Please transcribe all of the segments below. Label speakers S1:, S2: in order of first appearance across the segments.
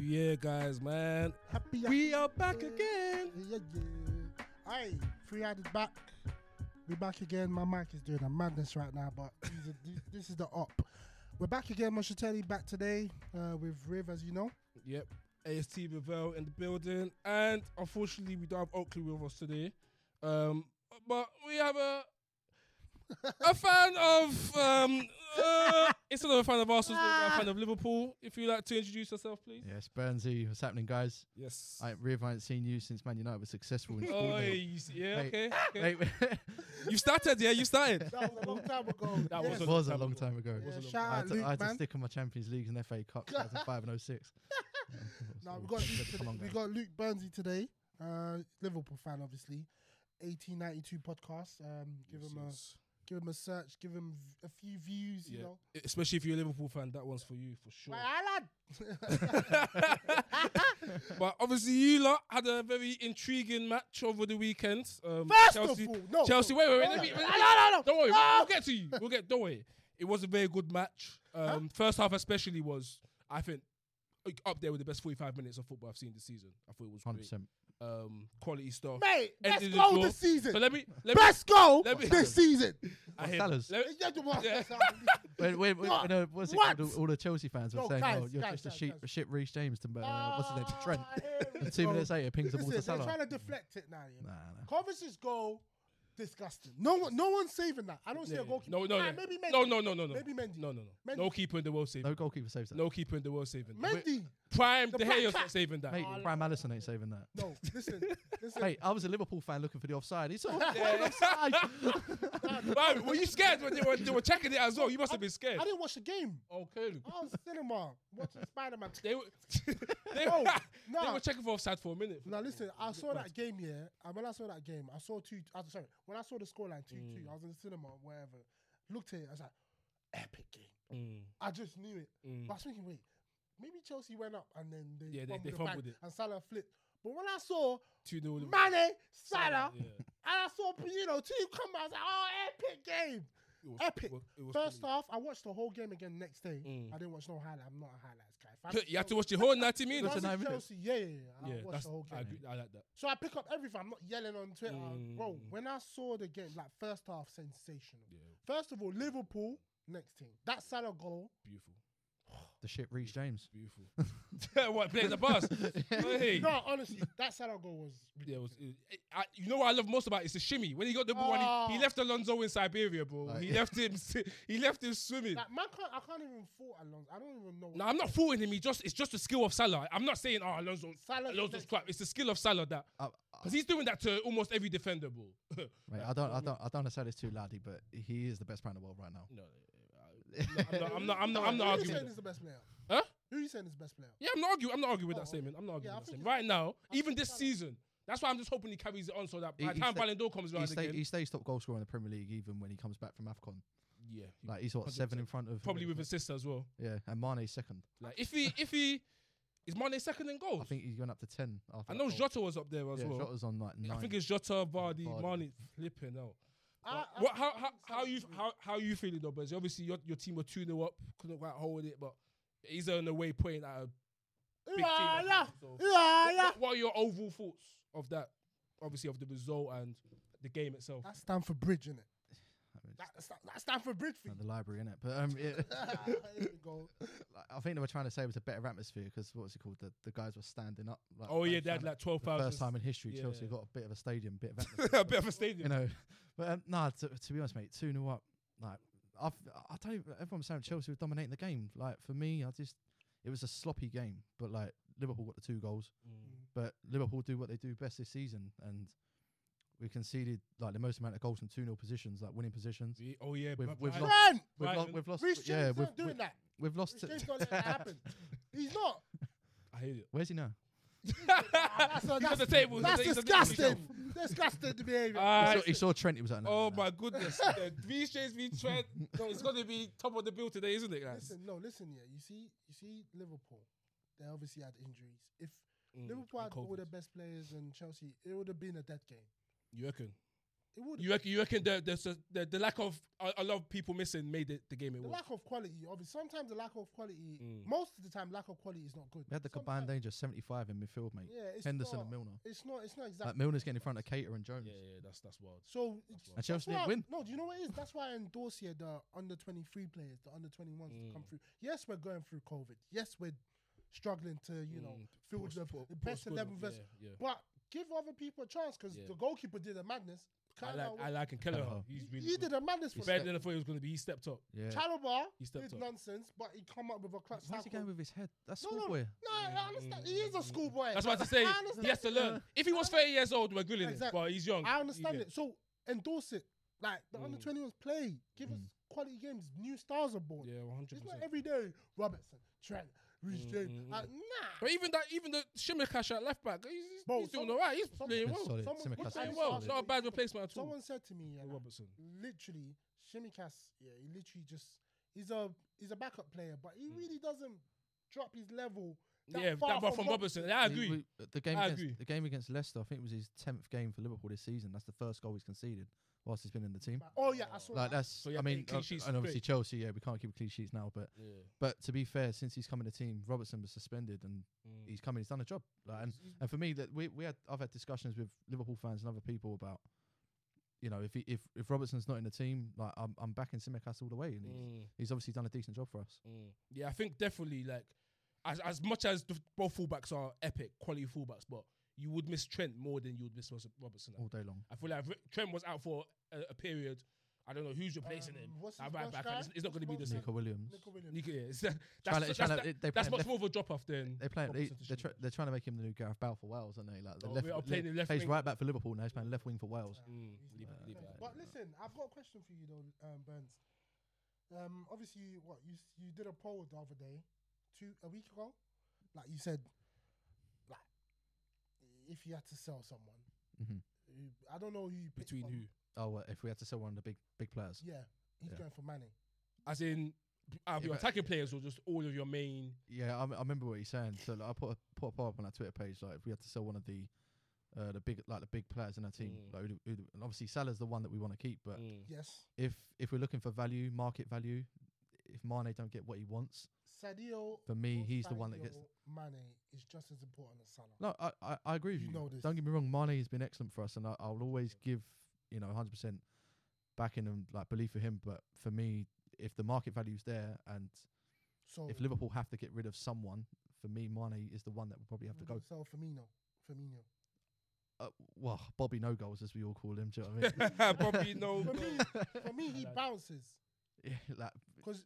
S1: year, guys, man.
S2: Happy
S1: We are back again.
S2: Yeah, yeah. Hey, free ad is back. We're back again. My mic is doing a madness right now, but these are- th- this is the up. We're back again, Moshiteli back today uh, with Riv, as you know.
S1: Yep. AST Bevel in the building. And unfortunately, we don't have Oakley with us today. Um, but we have a a fan of um uh, instead of a fan of Arsenal, a fan of Liverpool. If you like to introduce yourself, please.
S3: Yes, Bernsey, what's happening, guys?
S1: Yes.
S3: I Riv, I haven't seen you since Man United was successful in
S1: Oh,
S3: school. mate.
S1: you see- yeah,
S3: Hey,
S1: okay. okay.
S3: Mate,
S1: You started, yeah, you started.
S2: That was a long time ago.
S1: That
S3: it
S1: was a
S3: was
S1: long
S3: a
S1: time
S3: long
S1: ago.
S3: time ago.
S1: It was a long
S2: shout
S3: I
S2: out
S3: had, to, I
S2: Luke,
S3: had to
S2: man.
S3: stick on my Champions Leagues and FA Cup 2005 and 06.
S2: No, we got Luke
S3: Come
S2: today.
S3: on,
S2: we
S3: guys.
S2: got Luke Burnsy today. Uh, Liverpool fan, obviously. 1892 podcast. Um, give him a give him a search. Give him v- a few views. You
S1: Yeah.
S2: know.
S1: Especially if you're a Liverpool fan, that one's for you for sure. But obviously, you lot had a very intriguing match over the weekend. Um,
S2: First
S1: Chelsea,
S2: of all, ah! no,
S1: Chelsea,
S2: no.
S1: wait, wait, wait. Let me,
S2: No,
S1: let me-
S2: no, no.
S1: Don't worry,
S2: No.
S1: we'll get to you. We'll get. Don't worry. It was a very good match. Um, First half, especially, was I think like, up there with the best 45 minutes of football I've seen this season. I thought it was great.
S3: 100%.
S1: Um, quality stuff.
S2: Mate, best
S1: Ended
S2: goal
S1: draw.
S2: this season.
S1: So let me, let me,
S2: Best goal
S1: let me-
S2: this season.
S1: I hear-
S3: Salah's.
S1: let me-
S2: Yeah, you are.
S1: Yeah.
S3: When, when, when,
S2: What?
S3: when, uh, what's it
S2: What?
S3: called? all, all the Chelsea fans were
S2: No,
S3: saying,
S2: guys,
S3: oh, you're
S2: guys,
S3: just a
S2: guys,
S3: shit,
S2: guys.
S3: shit Reece James, to, uh, what's his name, to Trent.
S2: Ah, here we
S3: And two
S2: go.
S3: minutes later, it pings the ball
S2: Listen,
S3: to
S2: They're trying
S3: Salah.
S2: to deflect it now. Yeah.
S3: Nah, nah.
S2: Kovacic's goal, disgusting. No one, no one's saving that. I don't see
S1: Yeah,
S2: a goalkeeper.
S1: No, no,
S2: Ah,
S1: no.
S2: maybe Mendy.
S1: no, no, no, no, no.
S2: Maybe Mendy.
S1: No, no, no.
S2: Mendy.
S1: No keeper in the world saving.
S3: No goalkeeper saves that.
S1: No keeper in the world saving. that.
S2: Mendy.
S1: Prime
S2: The
S1: De
S2: black
S1: Gea's
S2: cat.
S1: not saving that.
S3: Mate,
S2: Oh,
S3: Prime Allison ain't saving that.
S2: No, listen, listen.
S3: Mate, I was a Liverpool fan looking for the offside. He saw the offside.
S1: Wow, were you scared when they were, they were checking it as well? You must have been scared.
S2: I didn't watch the game.
S1: Okay.
S2: I was cinema watching Spider Man.
S1: They were, they,
S2: Bro,
S1: were
S2: Oh, nah.
S1: they were checking for offside for a minute.
S2: Now listen, I saw that game here, and when I saw that game, I saw two. I'm sorry, when I saw the scoreline two
S1: Mm.
S2: two, I was in the cinema, wherever. Looked at it, I was like, epic game.
S1: Mm,
S2: I just knew it.
S1: mm.
S2: But I was thinking, wait, maybe Chelsea went up and then they
S1: Yeah, they-
S2: fumbled
S1: they
S2: it
S1: fumbled
S2: back
S1: it.
S2: and Salah flipped. But when I saw
S1: 2 0.
S2: Mane, Salah,
S1: Yeah.
S2: and I saw Pino two come out, I was like, oh, epic game.
S1: It was-
S2: Epic.
S1: it was- it was
S2: First
S1: funny.
S2: half, I watched the whole game again next day.
S1: Mm.
S2: I didn't watch no highlight. I'm not a highlights guy. If I'm
S1: You had to watch the whole 90
S2: Chelsea,
S1: minutes.
S3: That's a nine minutes.
S2: Chelsea, yeah, yeah, yeah. I
S1: Yeah,
S2: watched
S1: that's,
S2: the whole game.
S1: I, agree, I like that.
S2: So I pick up everything. I'm not yelling on Twitter, bro.
S1: Mm.
S2: When I saw the game, like first half, sensational.
S1: Yeah,
S2: First of all, Liverpool. Next thing, that Salah goal.
S1: beautiful.
S3: the shit Reece James.
S1: Beautiful. what, playing the bus? Hey.
S2: No, honestly, that Salah goal was.
S1: Yeah, it was, it, I, you know what I love most about it? it's the shimmy. When he got the ball, and he,
S2: Oh.
S1: he left Alonso in Siberia, bro.
S3: Like-
S1: he left him. He left him swimming.
S2: Like, man, can't, I can't even fault Alonso. I don't even know. what-
S1: No, I'm not fooling him. He just it's just the skill of Salah. I'm not saying oh Alonso
S2: Salah's
S1: Alonso's
S2: next-
S1: crap. It's the skill of Salah that
S3: I, I,
S1: because he's doing that to almost every defender, bro. no,
S3: mate, I don't, I don't, I don't want to say this too loudly, but he is the best player in the world right now.
S1: no, I'm not. I'm not. I'm not, I'm not
S2: Who you
S1: arguing. with
S2: saying is
S1: that.
S2: the best player?
S1: Huh?
S2: Who you saying is the best player?
S1: Yeah, I'm not arguing. I'm not arguing with
S2: Oh,
S1: that statement. I'm not arguing
S2: Yeah, I
S1: with that
S2: think
S1: statement.
S2: it's-
S1: Right now,
S2: I
S1: even
S2: think
S1: this
S2: Salah.
S1: season, that's why I'm just hoping he carries it on so that
S3: He-
S1: by the
S3: he
S1: time
S3: stay-
S1: Ballon d'Or comes
S3: He,
S1: around
S3: stay,
S1: again,
S3: he stays top goal scorer in the Premier League even when he comes back from Afcon.
S1: yeah, he-
S3: Like he's what
S1: 100%.
S3: seven in front of
S1: probably with his sister as well.
S3: yeah, and Mane's second.
S1: Like if he if he is Mane second in goal.
S3: I think he's going up to ten. After
S1: I
S3: that
S1: know
S3: goal.
S1: Jota was up there as
S3: yeah,
S1: well.
S3: Jota's on like nine.
S1: I think it's Jota, Vardy,
S3: Vardy.
S1: Mane, flipping out.
S2: I- I
S1: what,
S2: think-
S1: how,
S2: I
S1: how,
S2: think
S1: how
S2: Salah
S1: you
S2: should be-
S1: how, how you feeling though, Bezzy? Obviously your, your team were 2 0 up, couldn't quite hold it, but he's on the way playing at a big team.
S2: Yeah,
S1: like
S2: ah, yeah,
S1: that, so-
S2: yeah,
S1: What-
S2: yeah.
S1: What, what are your overall thoughts of that? Obviously of the result and the game itself.
S2: That's Stamford Bridge, innit?
S3: I mean, it's
S2: That, that's Stamford Bridge for
S3: not
S2: you.
S3: the library in it, but um, yeah,
S2: There you go.
S3: like, I think they were trying to say it was a better atmosphere because what's it called? The, the guys were standing up. Like,
S1: oh yeah, they
S3: that
S1: had like twelve
S3: the
S1: thousand.
S3: first time in history
S1: yeah.
S3: Chelsea got a bit of a stadium, bit of atmosphere.
S1: a bit of a stadium.
S3: you know. But um, nah, to, to be honest, mate, two 0 up. Like I've, I don't. Even, everyone's saying Chelsea was dominating the game. Like for me, I just it was a sloppy game. But like Liverpool got the two goals.
S1: Mm.
S3: But Liverpool do what they do best this season, and we conceded like the most amount of goals from two 0 positions, like winning positions.
S1: Yeah, Oh yeah,
S3: We've-
S1: but-
S3: we've
S1: but-
S3: lost-
S2: Friend,
S3: We've, lo-
S1: Brighton-
S3: we've lost.
S2: Reece James
S3: yeah,
S2: not
S3: we've,
S2: doing
S3: we-
S2: that.
S3: we've lost.
S2: Reece
S3: to-
S2: James don't let that happen. He's not.
S1: I hate it.
S3: Where's he now?
S2: That's,
S1: He's on the table. he's on
S2: that's
S1: the- he's on the table
S2: disgusting. disgusting behavior.
S1: Ah,
S3: he,
S1: it's-
S3: saw, he saw Trent. He was like, no,
S1: Oh
S3: no, no.
S1: my goodness. Uh, VJ's V Trent. No, it's gonna be top of the bill today, isn't it, guys?
S2: listen, no, listen. Yeah, you see, you see, Liverpool. They obviously had injuries. If
S1: Mm,
S2: Liverpool
S1: and
S2: had all
S1: COVID.
S2: their best players and Chelsea, it would have been a dead game.
S1: You reckon?
S2: It would.
S1: You reckon? You reckon the the the, the lack of a, a lot of people missing made it the game it
S2: the
S1: was.
S2: lack of quality, obviously. Sometimes the lack of quality,
S1: Mm.
S2: most of the time, lack of quality is not good.
S3: We had the
S2: Sometimes-
S3: combined danger 75 in midfield, mate.
S2: Yeah, it's
S3: Henderson
S2: not,
S3: and Milner.
S2: It's not. It's not exactly.
S3: Like Milner's getting in front of Cater and Jones.
S1: Yeah, yeah, that's that's wild.
S2: So
S1: That's
S3: And
S1: wild.
S3: Chelsea
S2: That's
S3: didn't
S2: why-
S3: win.
S2: No, do you know what it is? That's why I endorse here the under 23 players, the under 21s to come
S1: Mm.
S2: through. Yes, we're going through COVID. Yes, we're struggling to, you know,
S1: Mm,
S2: field
S1: poor-
S2: the
S1: poor-
S2: the
S1: poor
S2: best
S1: squad,
S2: 11 versus.
S1: Yeah, yeah.
S2: But give other people a chance because
S1: Yeah.
S2: the goalkeeper did a madness.
S1: I
S2: Kyle
S1: like I
S2: Walker-
S1: like and Kelleher.
S3: Kelleher.
S1: He's
S2: he,
S1: really
S2: he
S1: good.
S2: did a madness for
S1: It's better
S2: them.
S1: than I thought he was going to be. He stepped up.
S3: Yeah.
S2: Chalabar
S1: He stepped
S2: did
S1: up.
S2: nonsense, but he come up with a clutch
S3: Why's he
S2: tackle.
S3: going with his head? That's
S2: No, no,
S3: schoolboy.
S2: No, I understand. He is a schoolboy.
S1: Mm, That's what I say.
S2: I understand.
S1: He has to learn. If he was 30 years old, we're grilling
S2: Exact-
S1: him. But he's young.
S2: I understand
S1: He-
S2: it. So endorse it. Like the under
S1: Mm.
S2: 21s play. Give us quality games. New stars are born.
S1: Yeah, 100.
S2: It's not
S1: percent
S2: every day Robertson, Trent, Reece
S1: Mm,
S2: James.
S1: mm,
S2: Like, nah.
S1: But even that, even the Shimakash at left back, he's, he's,
S2: Bro,
S1: he's doing
S2: some-
S1: all right. He's
S2: some-
S1: playing
S3: He's
S1: well.
S3: solid.
S2: Someone-
S3: Simicast
S2: what's
S3: is
S1: Playing
S2: that Someone-
S1: well.
S3: solid.
S1: It's not a bad replacement at all.
S2: Someone said to me, yeah, like,
S1: Robertson.
S2: literally, Shimikas, yeah, he literally just he's a he's a backup player, but
S1: Mm.
S2: he really doesn't drop his level. That
S1: yeah,
S2: far
S1: that one
S2: from
S1: from Robertson. I
S3: He-
S1: agree.
S3: we- the game
S1: I
S3: against
S1: agree.
S3: the game against Leicester, I think it was his tenth game for Liverpool this season. That's the first goal he's conceded whilst he's been in the
S1: Mm.
S3: team.
S2: Oh yeah, I saw
S3: Like
S2: that.
S3: that's,
S1: So you
S3: I
S1: have to
S3: mean,
S1: keep clean
S3: uh,
S1: sheets
S3: and obviously
S1: straight.
S3: Chelsea. Yeah, we can't keep clean sheets now, but
S1: Yeah.
S3: but to be fair, since he's come in the team, Robertson was suspended and
S1: Mm.
S3: he's come in, he's done a job. Like, and and for me, that we we had I've had discussions with Liverpool fans and other people about, you know, if he, if if Robertson's not in the team, like I'm I'm backing Simicast all the way, and he's,
S1: Mm,
S3: he's obviously done a decent job for us.
S1: mm. Yeah, I think definitely like as as much as the, both fullbacks are epic quality fullbacks, but you would miss Trent more than you would miss Ros- Robertson.
S3: all day long.
S1: I feel like Ri- Trent was out for a, a period. I don't know who's replacing him.
S2: Um, what's
S1: At
S2: his
S1: right
S2: first
S1: back,
S2: guy?
S1: it's, it's not going to be the
S2: What's
S1: same.
S3: Nico Williams.
S2: Nico Williams.
S1: Nico, yeah, it's that, that's,
S3: Trying to-
S1: that's,
S3: trying to-
S1: that-
S3: they- they
S1: that's
S3: playing
S1: much
S3: left-
S1: more of a drop off than
S3: They play. They,
S1: Robertson to
S3: they're,
S1: shoot
S3: tr-
S1: back.
S3: they're trying to make him the new Gareth Bale for Wales, aren't they? Like the
S1: Oh,
S3: left,
S1: we are
S3: le-
S1: playing him left
S3: plays
S1: wing.
S3: right back for Liverpool now. He's playing left wing for Wales.
S1: Mm,
S2: He's
S1: leave
S2: not
S1: it-
S2: a
S1: leave it
S2: defender.
S1: at
S2: But
S1: that.
S2: listen, I've got a question for you though, um, Burns. Um, obviously, what you s- you did a poll the other day, two a week ago, like you said, like if you had to sell someone,
S3: Mhm.
S2: who- I don't know who you picked
S1: between
S2: from.
S1: who?
S3: Oh, uh, if we had to sell one of the big big players,
S2: Yeah, he's
S3: Yeah.
S2: going for Manning.
S1: As in, uh,
S3: Yeah,
S1: your
S3: but-
S1: attacking players or just all of your main?
S3: yeah, I, m- I remember what he's saying. So like, I put a put a poll up on our Twitter page. Like, if we had to sell one of the uh, the big like the big players in our team,
S1: Mm.
S3: like, who, do- who, do- and obviously Salah's the one that we want to keep. But
S1: Mm.
S2: Yes,
S3: if if we're looking for value, market value, if Mane don't get what he wants,
S2: Sadio.
S3: for me,
S2: or
S3: he's the one that gets.
S2: Sadio Mane is just as important as Salah.
S3: No, I, I, I agree with
S2: You
S3: you.
S2: know this.
S3: Don't get me wrong, Mane has been excellent for us, and I, I'll always give you know 100 percent backing and like belief for him. But for me, if the market value's there, and
S2: So
S3: if Liverpool have to get rid of someone, for me, Mane is the one that will probably have to
S2: would
S3: go.
S2: you sell Firmino. Firmino.
S3: Uh, well, Bobby No Goals, as we all call him. Do you know what I mean?
S1: Probably no. Mm.
S2: For
S1: no.
S2: me, for me, he
S1: I like-
S2: bounces
S3: Yeah, like,
S2: because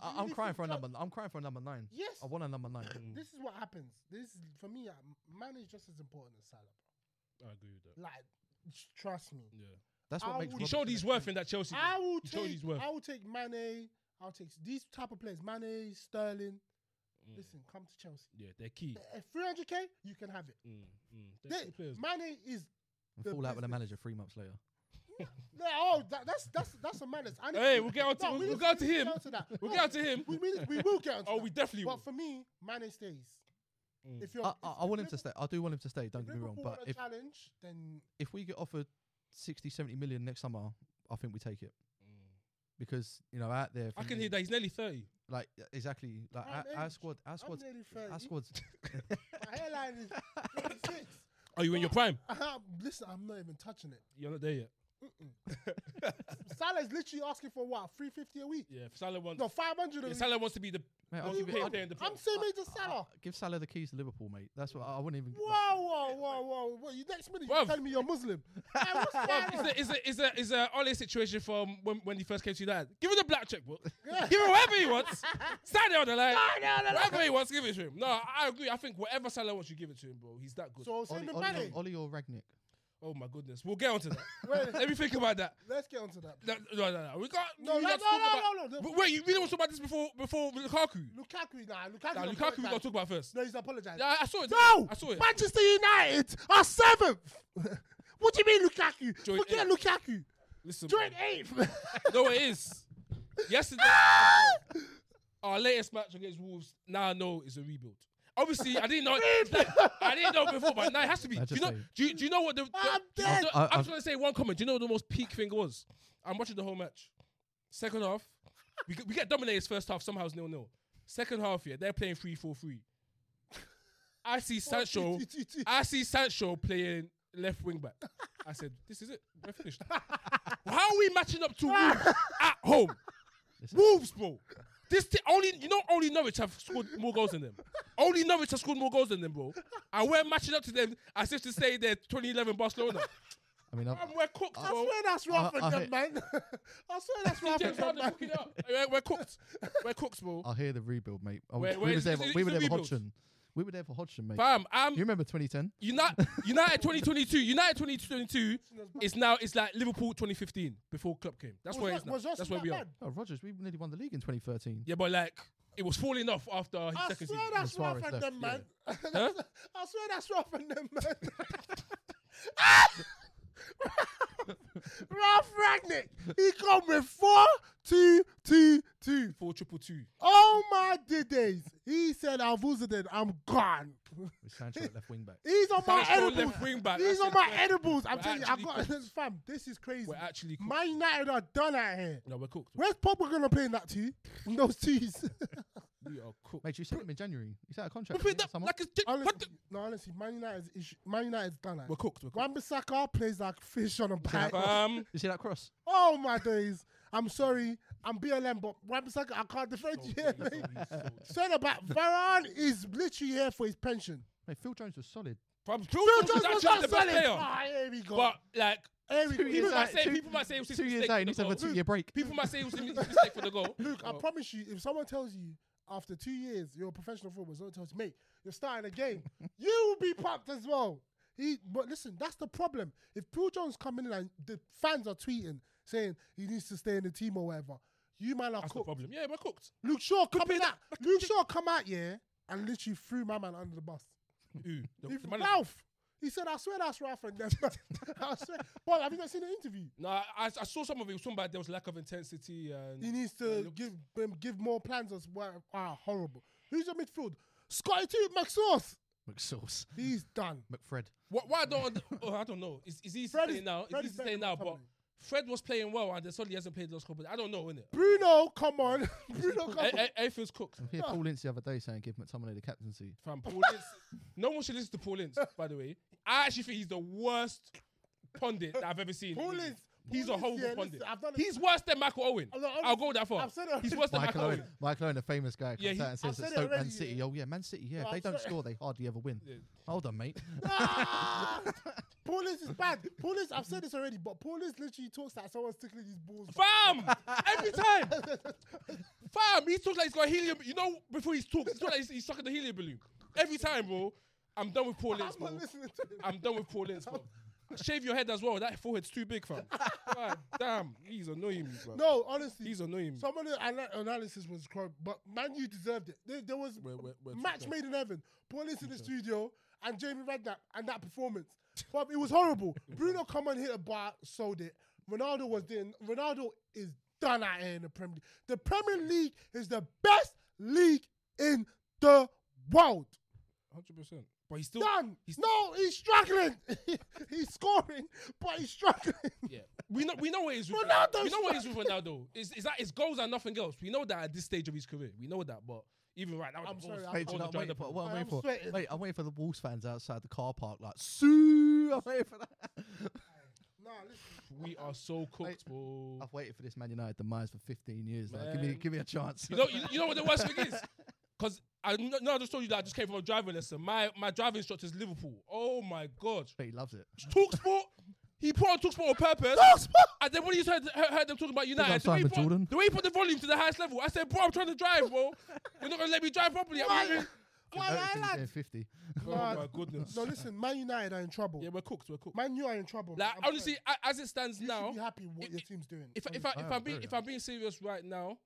S3: I, I'm crying for a number. I'm crying for a number nine.
S2: Yes,
S3: I want a number nine.
S1: Mm,
S2: This is what happens. This is- for me, uh, man is just as important as Salah.
S1: I agree with that.
S2: bro. Like, s- trust me.
S1: Yeah,
S3: That's what
S2: I
S3: makes.
S2: would-
S1: he
S2: Robertson
S1: showed his worth in that Chelsea.
S2: I
S1: game.
S2: will
S1: He showed
S2: take.
S1: his worth.
S2: I will take Mane. I'll take s- these type of players: Mane, Sterling.
S1: Mm.
S2: Listen, come to Chelsea. Eh,
S1: Yeah, they're key.
S2: At 300k, you can have it.
S1: Mm, mm. They're
S2: They,
S1: key players.
S2: Mane is
S3: and
S2: the
S3: fall out with the
S2: business.
S3: manager three months later.
S2: no, oh, that, that's that's that's a madness. I need-
S1: Hey, we'll get on to-
S2: we
S1: we'll
S2: need
S1: get on to
S2: we need
S1: him.
S2: get on to that.
S1: We'll
S2: No,
S1: get out to him.
S2: We, we, we will get on to
S1: Oh,
S2: that.
S1: we definitely will.
S2: But for me, Mane stays.
S1: Mm.
S2: If you're,
S3: I, I,
S2: if- if
S3: I want him to
S2: Liverpool-
S3: stay. I do want him to stay. Don't
S2: if
S3: get me wrong.
S2: Liverpool
S3: But
S2: want a
S3: if
S2: challenge, then
S3: if we get offered 60, 70 million next summer, I think we take it because you know out there.
S1: I
S3: for
S1: can
S3: me,
S1: hear that he's nearly thirty.
S3: Like uh, exactly, like
S2: I'm
S3: our, our
S2: aged.
S3: squad, our
S2: I'm
S3: squad's,
S2: nearly
S3: our
S2: 30.
S3: squad's.
S2: My hairline is 26.
S1: Are Oh, you in your prime?
S2: Listen, I'm not even touching it.
S1: You're not there yet.
S2: Salah's literally asking for what 350 a week.
S1: Yeah, Salah wants.
S2: No, 500 a
S1: yeah,
S2: week.
S1: Salah wants to be the.
S3: Mate, I'll
S1: best
S3: give it-
S1: paid
S3: I'll-
S1: player in the
S2: I'm
S1: prem.
S2: saying mate to Salah.
S3: I- give Salah the keys to Liverpool, mate. That's what I, I wouldn't even.
S2: Whoa, whoa, whoa, whoa, whoa! You next minute you're
S1: Bruv.
S2: telling me you're Muslim. Hey, what's
S1: Bruv,
S2: Salah?
S1: It's a it's a it's a Ole situation from when, when he first came to United. Give him the black checkbook.
S2: Yeah.
S1: give him whatever he wants. Stand there on the line. Whatever he wants, give it to him. No, I agree. I think whatever Salah wants, you give it to him, bro. He's that good.
S2: So
S3: Oli,
S2: same with
S3: Oli,
S2: Mane.
S3: Oli or Ragnick?
S1: oh my goodness, we'll get onto that.
S2: Wait.
S1: Let me think about that.
S2: Let's get onto that.
S1: No, no, no, no. We got
S2: No,
S1: we
S2: no,
S1: got to
S2: no,
S1: talk
S2: no,
S1: about-
S2: no, no, no.
S1: W- Wait, you really want to talk about this before before Lukaku?
S2: Lukaku, nah, Lukaku.
S1: Nah, Lukaku,
S2: apologized.
S1: we got to talk about first.
S2: No, he's apologized.
S1: Yeah, I saw it.
S2: No,
S1: I saw it.
S2: Manchester United are seventh. what do you mean Lukaku?
S1: Joint
S2: Forget
S1: eighth.
S2: Lukaku.
S1: Listen,
S2: Joint
S1: man.
S2: eighth.
S1: no, it is. Yesterday, our latest match against Wolves. Now I know is a rebuild. Obviously, I didn't know. I didn't know before, but now it has to be.
S3: I
S1: Do you
S3: just
S1: know?
S3: say-
S1: Do you, do you know what the? the-
S2: I'm
S1: the-
S2: dead.
S1: I'm,
S3: I-
S1: just gonna say one comment. Do you know what the most peak thing was? I'm watching the whole match. Second half, we get, we get dominated first half. Somehow it's nil nil. Second half, yeah, they're playing 3-4-3. I see Sancho. I see Sancho playing left wing back. I said, "This is it. We're finished." How are we matching up to Wolves at home?
S3: This is-
S1: Wolves, bro. This t- only you know only Norwich have scored more goals than them. Only Norwich have scored more goals than them, bro. And we're matching up to them as if to say they're 2011 Barcelona.
S3: I mean, I've,
S1: And we're cooked,
S2: I
S1: bro.
S2: swear that's Rafa,
S3: I- I-
S2: them, man. I swear that's Rafa,
S1: James
S2: them,
S1: Harden
S2: man.
S1: cooking it up. We're, we're cooked. We're cooked, bro.
S3: I hear the rebuild, mate. I
S1: Where-
S3: was,
S1: where
S3: we, was
S1: is-
S3: there,
S1: is it-
S3: we
S1: is
S3: were
S1: it
S3: there for
S1: rebuild?
S3: Hodgson. We were there for Hodgson, mate.
S1: Fam, I'm
S3: you remember 2010?
S1: United, United 2022. United 2022 is now it's like Liverpool 2015 before Klopp came. That's
S2: Was
S1: where
S2: that-
S1: it's now.
S2: was us
S1: That's where
S2: that
S1: we are.
S2: bad?
S3: Oh, Rogers, we nearly won the league in 2013.
S1: Yeah, but like it was falling off after his
S2: I
S1: second
S2: swear
S1: season.
S2: that's
S3: Suarez
S2: Rafa,
S3: left,
S2: them, man. I swear that's Rafa, them, man. Ralph Ragnick, he come with four, two, two, two.
S1: Four triple two.
S2: Oh my d days. He said, I've used it, I'm gone.
S3: With Sancho at left wing back.
S2: He's on my
S1: Sancho
S2: edibles.
S1: left wing back.
S2: He's
S1: I
S2: on
S1: said,
S2: my
S1: we're-
S2: edibles. I'm
S1: we're
S2: telling you, I
S1: actually
S2: got this, fam. This is crazy.
S1: We're actually cooked.
S2: Man United are done out here.
S1: no, we're cooked.
S2: Where's Pogba gonna play in that to you? In those twos?
S1: We are cooked.
S3: Mate, you signed him in January. He's out of
S1: We
S3: contract.
S1: played
S3: didn't
S1: that
S3: you, Samoa?
S1: like it's j-
S2: honestly,
S1: what the-
S2: no, honestly, Man United's is Man United's done out.
S1: we're cooked. We're cooked.
S2: Wan-Bissaka plays like fish on a bite.
S1: Um,
S3: you see that cross?
S2: Oh my days! I'm sorry, I'm BLM, but Wan-Bissaka, I can't defend you here, mate. Saying about Varane is literally here for his pension.
S3: Mate, Phil Jones was solid.
S1: From
S2: Phil
S1: Phil
S2: Jones was not
S1: the best
S2: selling.
S1: player,
S2: Ah, here we go.
S1: but like
S2: here we go.
S3: Two years
S1: people
S2: Look,
S3: out.
S1: might say
S3: two-
S1: people might say it was his
S3: Two years
S1: mistake
S3: out,
S1: for
S3: he
S1: the
S3: needs to have a
S1: goal.
S3: two year break.
S1: People might say it was his mistake for the goal.
S2: Luke, I
S1: Oh.
S2: promise you, if someone tells you after two years you're a professional footballer, someone tells you, mate, you're starting a game, you will be pumped as well. He, but listen, that's the problem. If Phil Jones coming in and the fans are tweeting saying he needs to stay in the team or whatever, you man are
S1: That's the
S2: cooked.
S1: problem. Yeah, we're cooked.
S2: Luke Shaw coming out. Luke Shaw come out yeah, and literally threw my man under the bus.
S1: Ooh, the-
S2: If
S1: the manager-
S2: Ralph, he said, I swear that's Ralph and them. I swear. But have you not seen the interview?
S1: No, I, I I saw some of it. It was talking about there was lack of intensity
S2: He
S1: and
S2: needs to give um, give more plans as well. Ah, horrible. Who's your midfield? Scotty too, McSauce.
S3: McSauce.
S2: He's done.
S3: McFred.
S1: what, what I don't oh, I don't know. Is is he
S2: Fred
S1: playing
S2: is-
S1: now?
S2: Fred
S1: Is
S2: is
S1: he
S2: better
S1: staying
S2: than
S1: now? But
S2: Tomlin.
S1: Fred was playing well and then suddenly he hasn't played those couple. I don't know, innit?
S2: Bruno, come on. Bruno, come on.
S1: A- A- Everything's cooked.
S3: I hear Paul Ince the other day saying give McTominay the captaincy.
S1: Fam, Paul Ince. no one should listen to Paul Ince, by the way. I actually think he's the worst pundit that I've ever seen.
S2: Paul Ince-
S1: He's
S2: Paul
S1: a
S2: Ince,
S1: horrible
S2: yeah,
S1: pundit.
S2: listen, I've done it-
S1: he's worse than Michael Owen.
S2: I've done-
S1: I'll go that far.
S2: I've said it
S1: He's
S2: already.
S1: worse than Michael
S3: Michael Owen,
S1: Owen.
S3: Michael Owen, the famous guy, comes
S1: Yeah, he-
S3: out and
S2: I've
S3: says
S2: said
S3: it's
S2: it
S3: so Man
S2: already,
S3: City.
S2: yeah.
S3: Oh yeah, Man City. Yeah,
S2: No,
S3: they
S2: I've
S3: don't
S2: said-
S3: score, they hardly ever win.
S1: Yeah.
S3: Hold on, mate.
S2: Ah! Paul Ince is bad. Paul Ince, I've said this already, but Paul Ince literally talks like someone's tickling his balls.
S1: Fam! Every time! Fam, he talks like he's got helium. You know, before he talks, he talks like he's, he's sucking the helium balloon. Every time, bro. I'm done with Paul Ince,
S2: I'm not
S1: bro.
S2: listening to him.
S1: I'm done with Paul Ince, bro. Shave your head as well. That forehead's too big, fam. God damn, he's annoying me, bro.
S2: No, honestly.
S1: He's annoying me.
S2: Some of the ana- analysis was corrupt, but man, you deserved it. There, there was
S1: We're- we're- we're
S2: match
S1: too
S2: made in heaven. Paul Ince in the studio and Jamie Redknapp and that performance. But it was horrible. Bruno come and hit a bar, sold it. Ronaldo was there. Ronaldo is done out here in the Premier League. The Premier League is the best league in the world.
S1: 100%. But he's still.
S2: Done.
S1: He's-
S2: no, he's struggling. he's scoring, but he's struggling.
S1: Yeah, we know we know what it is with
S2: Ronaldo's
S1: We know what it is with Ronaldo. Is is that his goals are nothing else? We know that at this stage of his career, we know that. But even right now,
S2: I'm
S1: the
S2: sorry,
S1: goals-
S2: I-
S1: goals
S3: Wait, do you
S1: are
S3: know what I'm
S1: drying
S3: waiting
S1: up.
S3: for? What I'm
S2: I'm
S3: waiting for?
S2: sweating.
S3: Wait, I'm waiting for the Wolves fans outside the car park, like, Sue! I'm waiting for that.
S2: Nah, listen.
S1: We are so cooked, bro.
S3: I've waited for this Man United demise for 15 years. Like, give me,
S1: Man.
S3: give me a chance.
S1: You know, you, you know what the worst thing is? Because I kn- no, I just told you that I just came from a driving lesson. My my driving instructor is Liverpool. Oh my god,
S3: But he loves it.
S1: Talksport. He put on Talksport on purpose. And then when you heard, heard, heard them talking about United, the way, he
S3: Simon
S1: put,
S3: Jordan.
S1: the way he put the volume to the highest level, I said, "Bro, I'm trying to drive, bro. You're not gonna let me drive properly." I'm
S2: Why?
S1: like,
S2: Why,
S3: Notice he's
S2: lad?
S3: doing 50.
S1: oh my goodness.
S2: No, listen, Man United are in trouble.
S1: Yeah, we're cooked. We're cooked.
S2: Man, you are in trouble.
S1: Like
S2: I'm
S1: honestly,
S2: sorry.
S1: a- as it stands
S2: you
S1: now,
S2: should be happy with what
S1: i-
S2: your
S1: i-
S2: team's doing.
S1: if if I,
S3: I
S1: if
S3: am
S1: I'm being
S3: very
S1: if I'm being serious right now,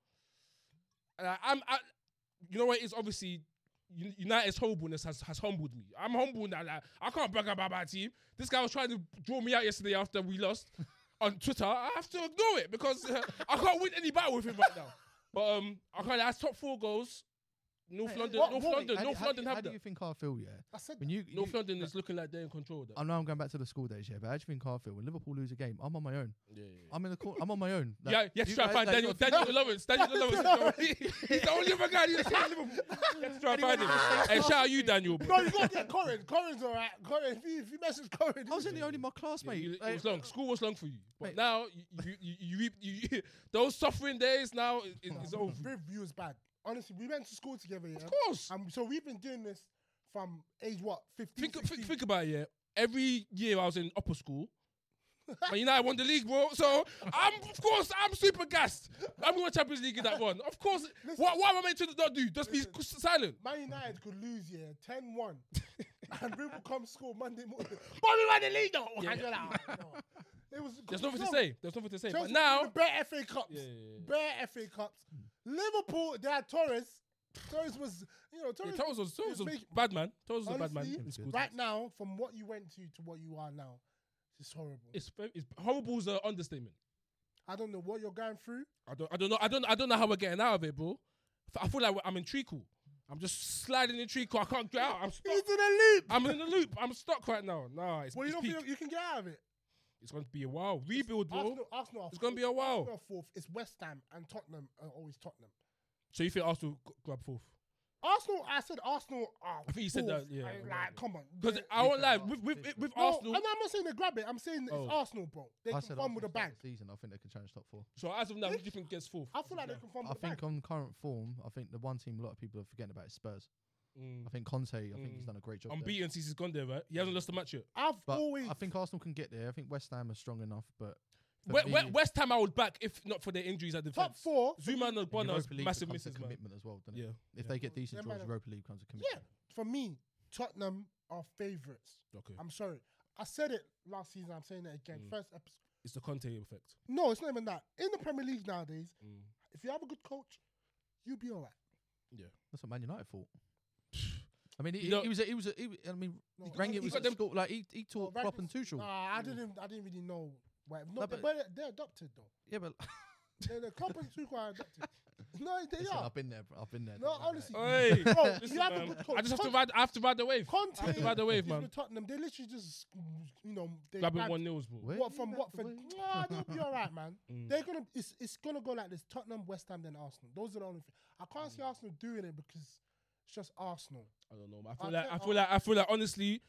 S1: and I, I'm I, you know what it is obviously. Un- United's humbleness has, has humbled me. I'm humble now. Like, I can't brag about my team. This guy was trying to draw me out yesterday after we lost on Twitter. I have to ignore it because uh, I can't win any battle with him right now. But um, I can't. That's top four goals. North
S3: Hey,
S1: London,
S3: what-
S1: North
S3: what-
S1: London,
S3: how do-
S1: North
S3: how do
S1: London
S3: you- How
S1: have
S3: do you
S1: that.
S3: think I feel? Yeah,
S2: I said
S3: when you,
S1: North
S3: you-
S1: London is looking like they're in control. Of that.
S3: I know I'm going back to the school days, yeah, but how do you think I feel when Liverpool lose a game? I'm on my own.
S1: Yeah, yeah, yeah.
S3: I'm in the court. I'm on my own. Like,
S1: yeah, yes,
S3: you
S1: try
S3: guys-
S1: and find
S3: like,
S1: Daniel,
S3: you're-
S1: Daniel Lawrence. Daniel Lawrence. He's the only other guy who's still at Liverpool. Let's try and find him. Hey, shout out you, Daniel. bro.
S2: No, you gotta get Corin. Corin's alright. Corin, if you, if you message Corin,
S3: I
S1: Oh,
S3: was in the only my classmate.
S1: You-
S3: like,
S1: it was long. School was long for you, but
S3: Mate.
S1: now you you, you, you, you, you those suffering days now it, it- it's over.
S2: Riv, you was bad. Honestly, we went to school together, Oh, yeah.
S1: Of course,
S2: Um, so we've been doing this from age what, 15,
S1: think, think
S2: 16?
S1: think about it. Yeah, every year I was in upper school. Man United won the league, bro. So I'm of course I'm super gassed. I'm going to Champions League in that one. Of course, what what am I meant to not do? Just be
S2: Listen.
S1: s- silent.
S2: Man United could lose, yeah, 10-1. and Riv will come school Monday morning. But we won the league, though.
S1: Yeah,
S2: And you're like, "Oh, no." It was
S1: There's nothing to
S2: no,
S1: say. There's nothing to say. But
S2: Chelsea
S1: now,
S2: won the bare FA Cups.
S1: Yeah, yeah, yeah.
S2: Bare FA Cups. Liverpool, they had Torres. Torres was, you know, Torres,
S1: yeah, Torres was Torres
S2: it's
S1: was
S2: making-
S1: bad man. Torres was a bad man.
S2: Honestly,
S1: in school.
S2: right now, from what you went to to what you are now, it's horrible.
S1: It's, very- it's horrible is an understatement.
S2: I don't know what you're going through.
S1: I don't, I don't know, I don't, I don't know how we're getting out of it, bro. F- I feel like I'm in treacle. I'm just sliding in treacle. I can't get out. I'm
S2: He's
S1: stuck.
S2: in a loop.
S1: I'm in the loop. I'm stuck right now. Nah, it's,
S2: Well, you
S1: it's,
S2: don't
S1: peak.
S2: feel you can get out of it.
S1: it's going to be a while. Rebuild, bro.
S2: Arsenal, Arsenal are
S1: it's going to be a
S2: fourth,
S1: while.
S2: Arsenal are fourth. It's West Ham and Tottenham are always Tottenham.
S1: So you think Arsenal g- grab fourth?
S2: Arsenal, I said Arsenal are.
S1: I think you said
S2: fourth.
S1: that, yeah,
S2: I-
S1: yeah, yeah.
S2: like, come on.
S1: Because
S2: They-
S1: I won't lie,
S3: grab
S1: with,
S3: up.
S1: with,
S3: They
S1: with, with
S2: no,
S1: Arsenal.
S2: and I'm not saying they grab it. I'm saying
S1: Oh.
S2: it's Arsenal, bro. They
S3: I
S2: can
S3: said
S2: fun
S3: Arsenal
S2: with a
S3: start
S2: bag.
S3: the Season, I think they can challenge top four.
S1: so as of now, who do you think gets fourth?
S2: I feel like they can fun
S3: I
S2: with a bag.
S3: think on current form, I think the one team a lot of people are forgetting about is Spurs. I think Conte, I think he's
S1: Mm.
S3: done a great job. there.
S1: Unbeaten since he's gone there, right? He hasn't lost a match yet.
S2: I've
S3: But
S2: always.
S3: I think Arsenal can get there. I think West Ham are strong enough, but for
S1: We,
S3: me,
S1: we, West Ham, I would back if not for their injuries at defense.
S2: top four.
S1: Zuma and
S3: the Europa
S1: Bonner,
S3: League
S1: massive
S3: becomes a
S1: misses, man.
S3: commitment as well. Doesn't
S1: Yeah.
S3: it? If
S1: yeah.
S3: they get decent
S2: Yeah,
S3: draws,
S2: man.
S3: Europa League becomes a
S2: Yeah,
S3: commitment.
S2: for me, Tottenham are favourites.
S1: Okay.
S2: I'm sorry. I said it last season. I'm saying it again.
S1: Mm.
S2: First episode.
S1: It's the Conte effect.
S2: No, it's not even that. In the Premier League nowadays,
S1: Mm.
S2: if you have a good coach, you'll be all right.
S3: That's what Man United thought. I mean, he,
S1: You know-
S3: he was. A, he was. A, he, I mean,
S2: No,
S3: Rangnick
S2: he
S3: was
S1: got
S3: at
S1: them-
S3: school. Like he, he taught
S2: Well,
S3: Klopp
S2: Rangnick-
S3: and Tuchel.
S2: Nah, I didn't. I didn't really know. Where, no,
S3: No,
S2: but
S3: but-
S2: they're, they're adopted though.
S3: Yeah, but
S2: They're, the Klopp and Tuchel are adopted. No, they
S3: listen,
S2: are.
S3: I've been there. bro, I've been there.
S2: No,
S3: done that,
S2: honestly.
S3: mate.
S1: Hey,
S2: Bro,
S1: Listen,
S2: you have
S1: man,
S2: a good coach.
S1: I just have to
S2: Conte-
S1: ride. I have to ride the wave.
S2: Conte
S1: I have to ride the wave,
S2: is
S1: man.
S2: with Tottenham, they literally just you know they
S1: Grabbing
S2: grabbed
S1: one nils, bro.
S3: Where
S2: What
S3: you
S2: from
S3: left
S2: Watford?
S3: away?
S2: Nah, they'll be all right, man.
S1: Mm.
S2: They're gonna. It's it's gonna go like this: Tottenham, West Ham, then Arsenal. Those are the only. Thing. I can't
S3: Mm.
S2: see Arsenal doing it because it's just Arsenal.
S1: I don't know. man. I feel
S2: I'll
S1: like
S2: tell-
S1: I feel
S2: I'll-
S1: like I feel like honestly,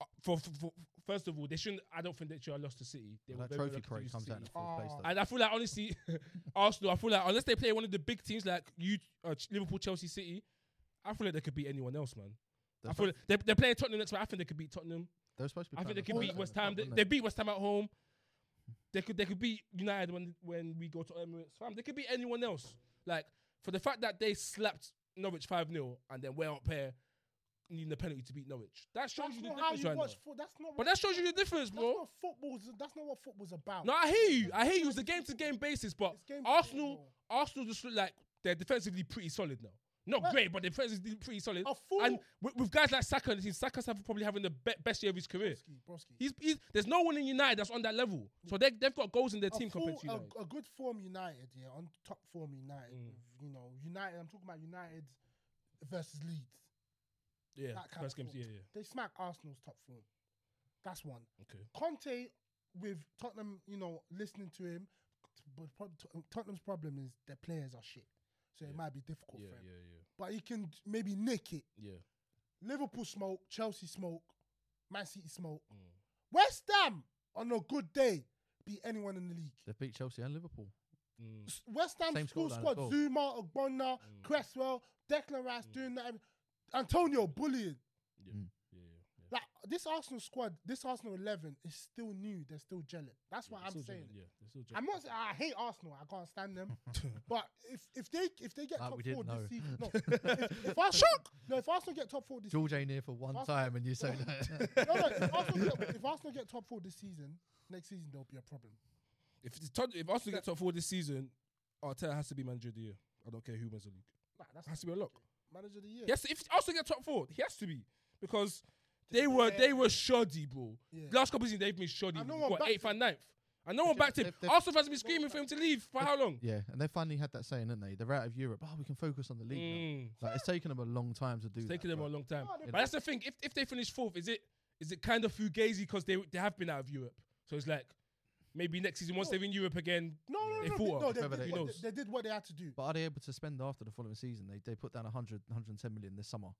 S1: uh, for, for, for first of all, they shouldn't. I don't think they should have lost to City. They were
S3: That
S1: very
S3: trophy
S1: lucky to
S3: crate
S1: lose to
S3: comes out in
S1: City.
S3: the fourth place.
S2: Oh.
S3: though.
S1: And I feel like honestly, Arsenal. I feel like unless they play one of the big teams like you, uh, Ch- Liverpool, Chelsea, City, I feel like they could beat anyone else, man. I feel
S3: They're supposed-
S1: like they, they're playing Tottenham next week. I think they could beat Tottenham.
S3: They're supposed to be.
S1: I think they
S3: playing
S1: could
S3: the
S1: beat
S3: Spurs
S1: West
S3: at
S1: Ham.
S3: the
S1: They,
S3: top,
S1: they
S3: don't
S1: beat West Ham at home. They could they could beat United when when we go to Emirates. Fam, they could beat anyone else. Like for the fact that they slapped Norwich five 0 and then we're up here needing a penalty to beat Norwich. That shows
S2: That's
S1: you the
S2: not how
S1: difference
S2: you
S1: right now.
S2: watch football. That's not.
S1: But
S2: what-
S1: that shows you the difference,
S2: that's
S1: bro.
S2: not football's. That's not what football's about.
S1: No, I hear you. I hear you. It's a game to game basis, but
S2: It's game to
S1: Arsenal,
S2: game,
S1: Arsenal just look like they're defensively pretty solid now. Not
S2: Well- Oh.
S1: great, but defensively pretty solid.
S2: A fool.
S1: And with, with guys like Saka, and the team, Saka's have probably having the be- best year of his career.
S2: Broski, Broski.
S1: He's, he's there's no one in United that's on that level. So they they've got goals in their
S2: a
S1: team compared to
S2: full- um,
S1: United.
S2: a, a good form United, yeah, on top form United.
S1: Mm.
S2: with, You know, United. I'm talking about United versus Leeds.
S1: yeah,
S2: that kind
S1: first
S2: of
S1: games.
S2: form.
S1: Yeah, yeah.
S2: They smack Arsenal's top form. That's one.
S1: Okay.
S2: Conte with Tottenham, you know, listening to him, but prob- Tot- Tottenham's problem is their players are shit, so
S1: Yeah.
S2: it might be difficult
S1: Yeah,
S2: for him.
S1: yeah,
S2: But he can d- maybe nick it.
S1: yeah, yeah.
S2: Liverpool smoke, Chelsea smoke, Man City smoke.
S1: Mm.
S2: West Ham on a good day beat anyone in the league.
S3: They beat Chelsea and Liverpool.
S1: Mm.
S2: S- West Ham
S3: Same
S2: school
S3: scoreline as
S2: squad:
S3: well.
S2: Zuma, Ogbonna,
S1: Mm.
S2: Cresswell, Declan Rice
S1: Mm.
S2: doing that. Antonio bullying.
S1: Yeah.
S3: Mm.
S1: Yeah, yeah,
S2: Like this Arsenal squad, this Arsenal eleven is still new. They're still gelling. That's
S1: yeah.
S2: what I'm
S1: Still
S2: saying.
S1: German, Yeah, they're still
S2: I'm
S1: German.
S2: not. saying I hate Arsenal. I can't stand them. but if if they if they get
S3: Like,
S2: top
S3: we
S2: four
S3: didn't
S2: this
S3: know.
S2: season, no. if, if Arsenal, no, if Arsenal get top four this,
S3: George ain't here for one
S2: Fuck.
S3: time, and you say
S2: no,
S3: that.
S2: no, if Arsenal, get, if Arsenal get top four this season, next season there'll be a problem.
S1: If it's Tot- if Arsenal get top four this season, Arteta has to be manager of the year. I don't care who wins the league.
S2: Nah, that's
S1: Has to be a lock.
S2: Manager of the year.
S1: Yes, if Arsenal get top four, he has to be because they were they were shoddy, bro.
S2: Yeah.
S1: Last couple of seasons they've been shoddy.
S2: I know
S1: We've
S2: I'm
S1: got
S2: back
S1: eighth
S2: to-
S1: and ninth. And no one backed him.
S3: they've- they've-
S1: Arsenal fans have been screaming for him to leave for how long?
S3: Yeah, and they finally had that saying, didn't they? They're out of Europe. Oh, we can focus on the league. now.
S1: Mm.
S3: Like it's taken them a long time to do.
S1: It's
S3: that,
S1: taking them
S3: but
S1: a long time.
S2: Oh, they-
S1: But that's the thing. If if they finish fourth, is it is it kind of fugazi because they they have been out of Europe? So it's like maybe next season once
S2: No.
S1: they're in Europe again.
S2: No, no,
S1: They
S2: no,
S1: thought
S2: no.
S1: of
S2: They,
S3: it, whether
S2: did
S3: they-
S2: what,
S1: knows.
S2: they did what they had to do.
S3: But are they able to spend after the following season? They they put down 100, 110 million this summer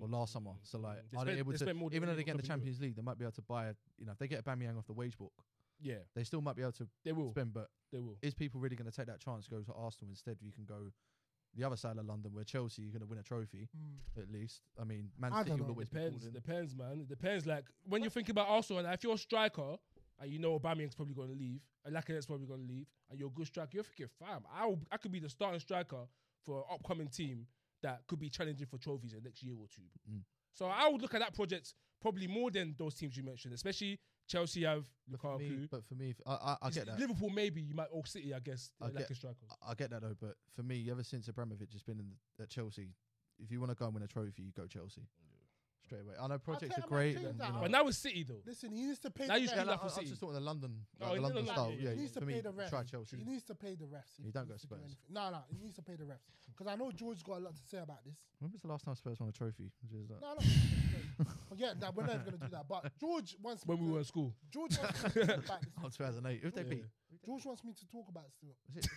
S3: or last summer. So
S1: Mm. They
S3: like, are
S1: spent-
S3: they able
S1: they
S3: to?
S1: spent more than
S3: even though
S1: any
S3: they get in
S1: club
S3: the
S1: in Europe.
S3: Champions League, they might be able to buy. A, you know, if they get a Bamiyang off the wage book,
S1: Yeah,
S3: they still might be able to
S1: they will.
S3: spend. But
S1: They will.
S3: is people really going to take that chance? Go to Arsenal instead. You can go the other side of London, where Chelsea you're going to win a trophy
S2: Mm.
S3: at least. I mean, Man
S2: I
S3: City
S2: don't
S3: will
S2: know.
S3: always be
S1: Depends.
S3: calling.
S1: Depends, man. It depends. Like when you're thinking about Arsenal, and if you're a striker and you know Aubameyang's probably going to leave, and Lacazette's probably going to leave, and you're a good striker, you're thinking, fam, I will, I could be the starting striker for an upcoming team that could be challenging for trophies in the next year or two.
S3: Mm.
S1: So I would look at that project probably more than those teams you mentioned, especially Chelsea have
S3: But for me,
S1: Lukaku.
S3: but for me, if- I I, I
S1: It's
S3: get that.
S1: Liverpool maybe you might or City, I guess,
S3: I
S1: they lack
S3: get-
S1: a striker.
S3: I- I get that though, but for me, ever since Abramovich has been in the, at Chelsea, if you want to go and win a trophy, you go Chelsea straight away. I know projects
S2: tell
S3: are
S2: you, man,
S3: great.
S2: change
S3: And,
S2: that.
S3: you know,
S1: But now it's City though.
S2: Listen, he needs to pay
S1: Now
S2: the
S1: you
S2: refs.
S1: screw
S3: yeah,
S1: that
S3: like,
S1: for
S3: I- I'm
S1: City.
S3: just talking the London,
S1: Oh,
S3: like,
S1: he
S3: the London
S1: needs to
S3: style.
S1: pay- he
S3: Yeah,
S2: He needs
S3: for
S2: to
S3: me,
S2: pay the refs.
S3: try Chelsea.
S2: He needs to pay the refs.
S3: You don't
S2: needs to do
S3: go Spurs.
S2: anything. No, no, he needs to pay the refs because I know George's got a lot to say about this.
S3: when was the last time Spurs won a trophy? Which is like,
S2: No, no, forget that. We're never gonna do that. But George wants me
S1: When we
S2: to-
S1: were in school.
S2: George wants me to talk about this.
S3: oh, 2008. If they
S1: Yeah.
S3: beat,
S2: George wants me to talk about it still.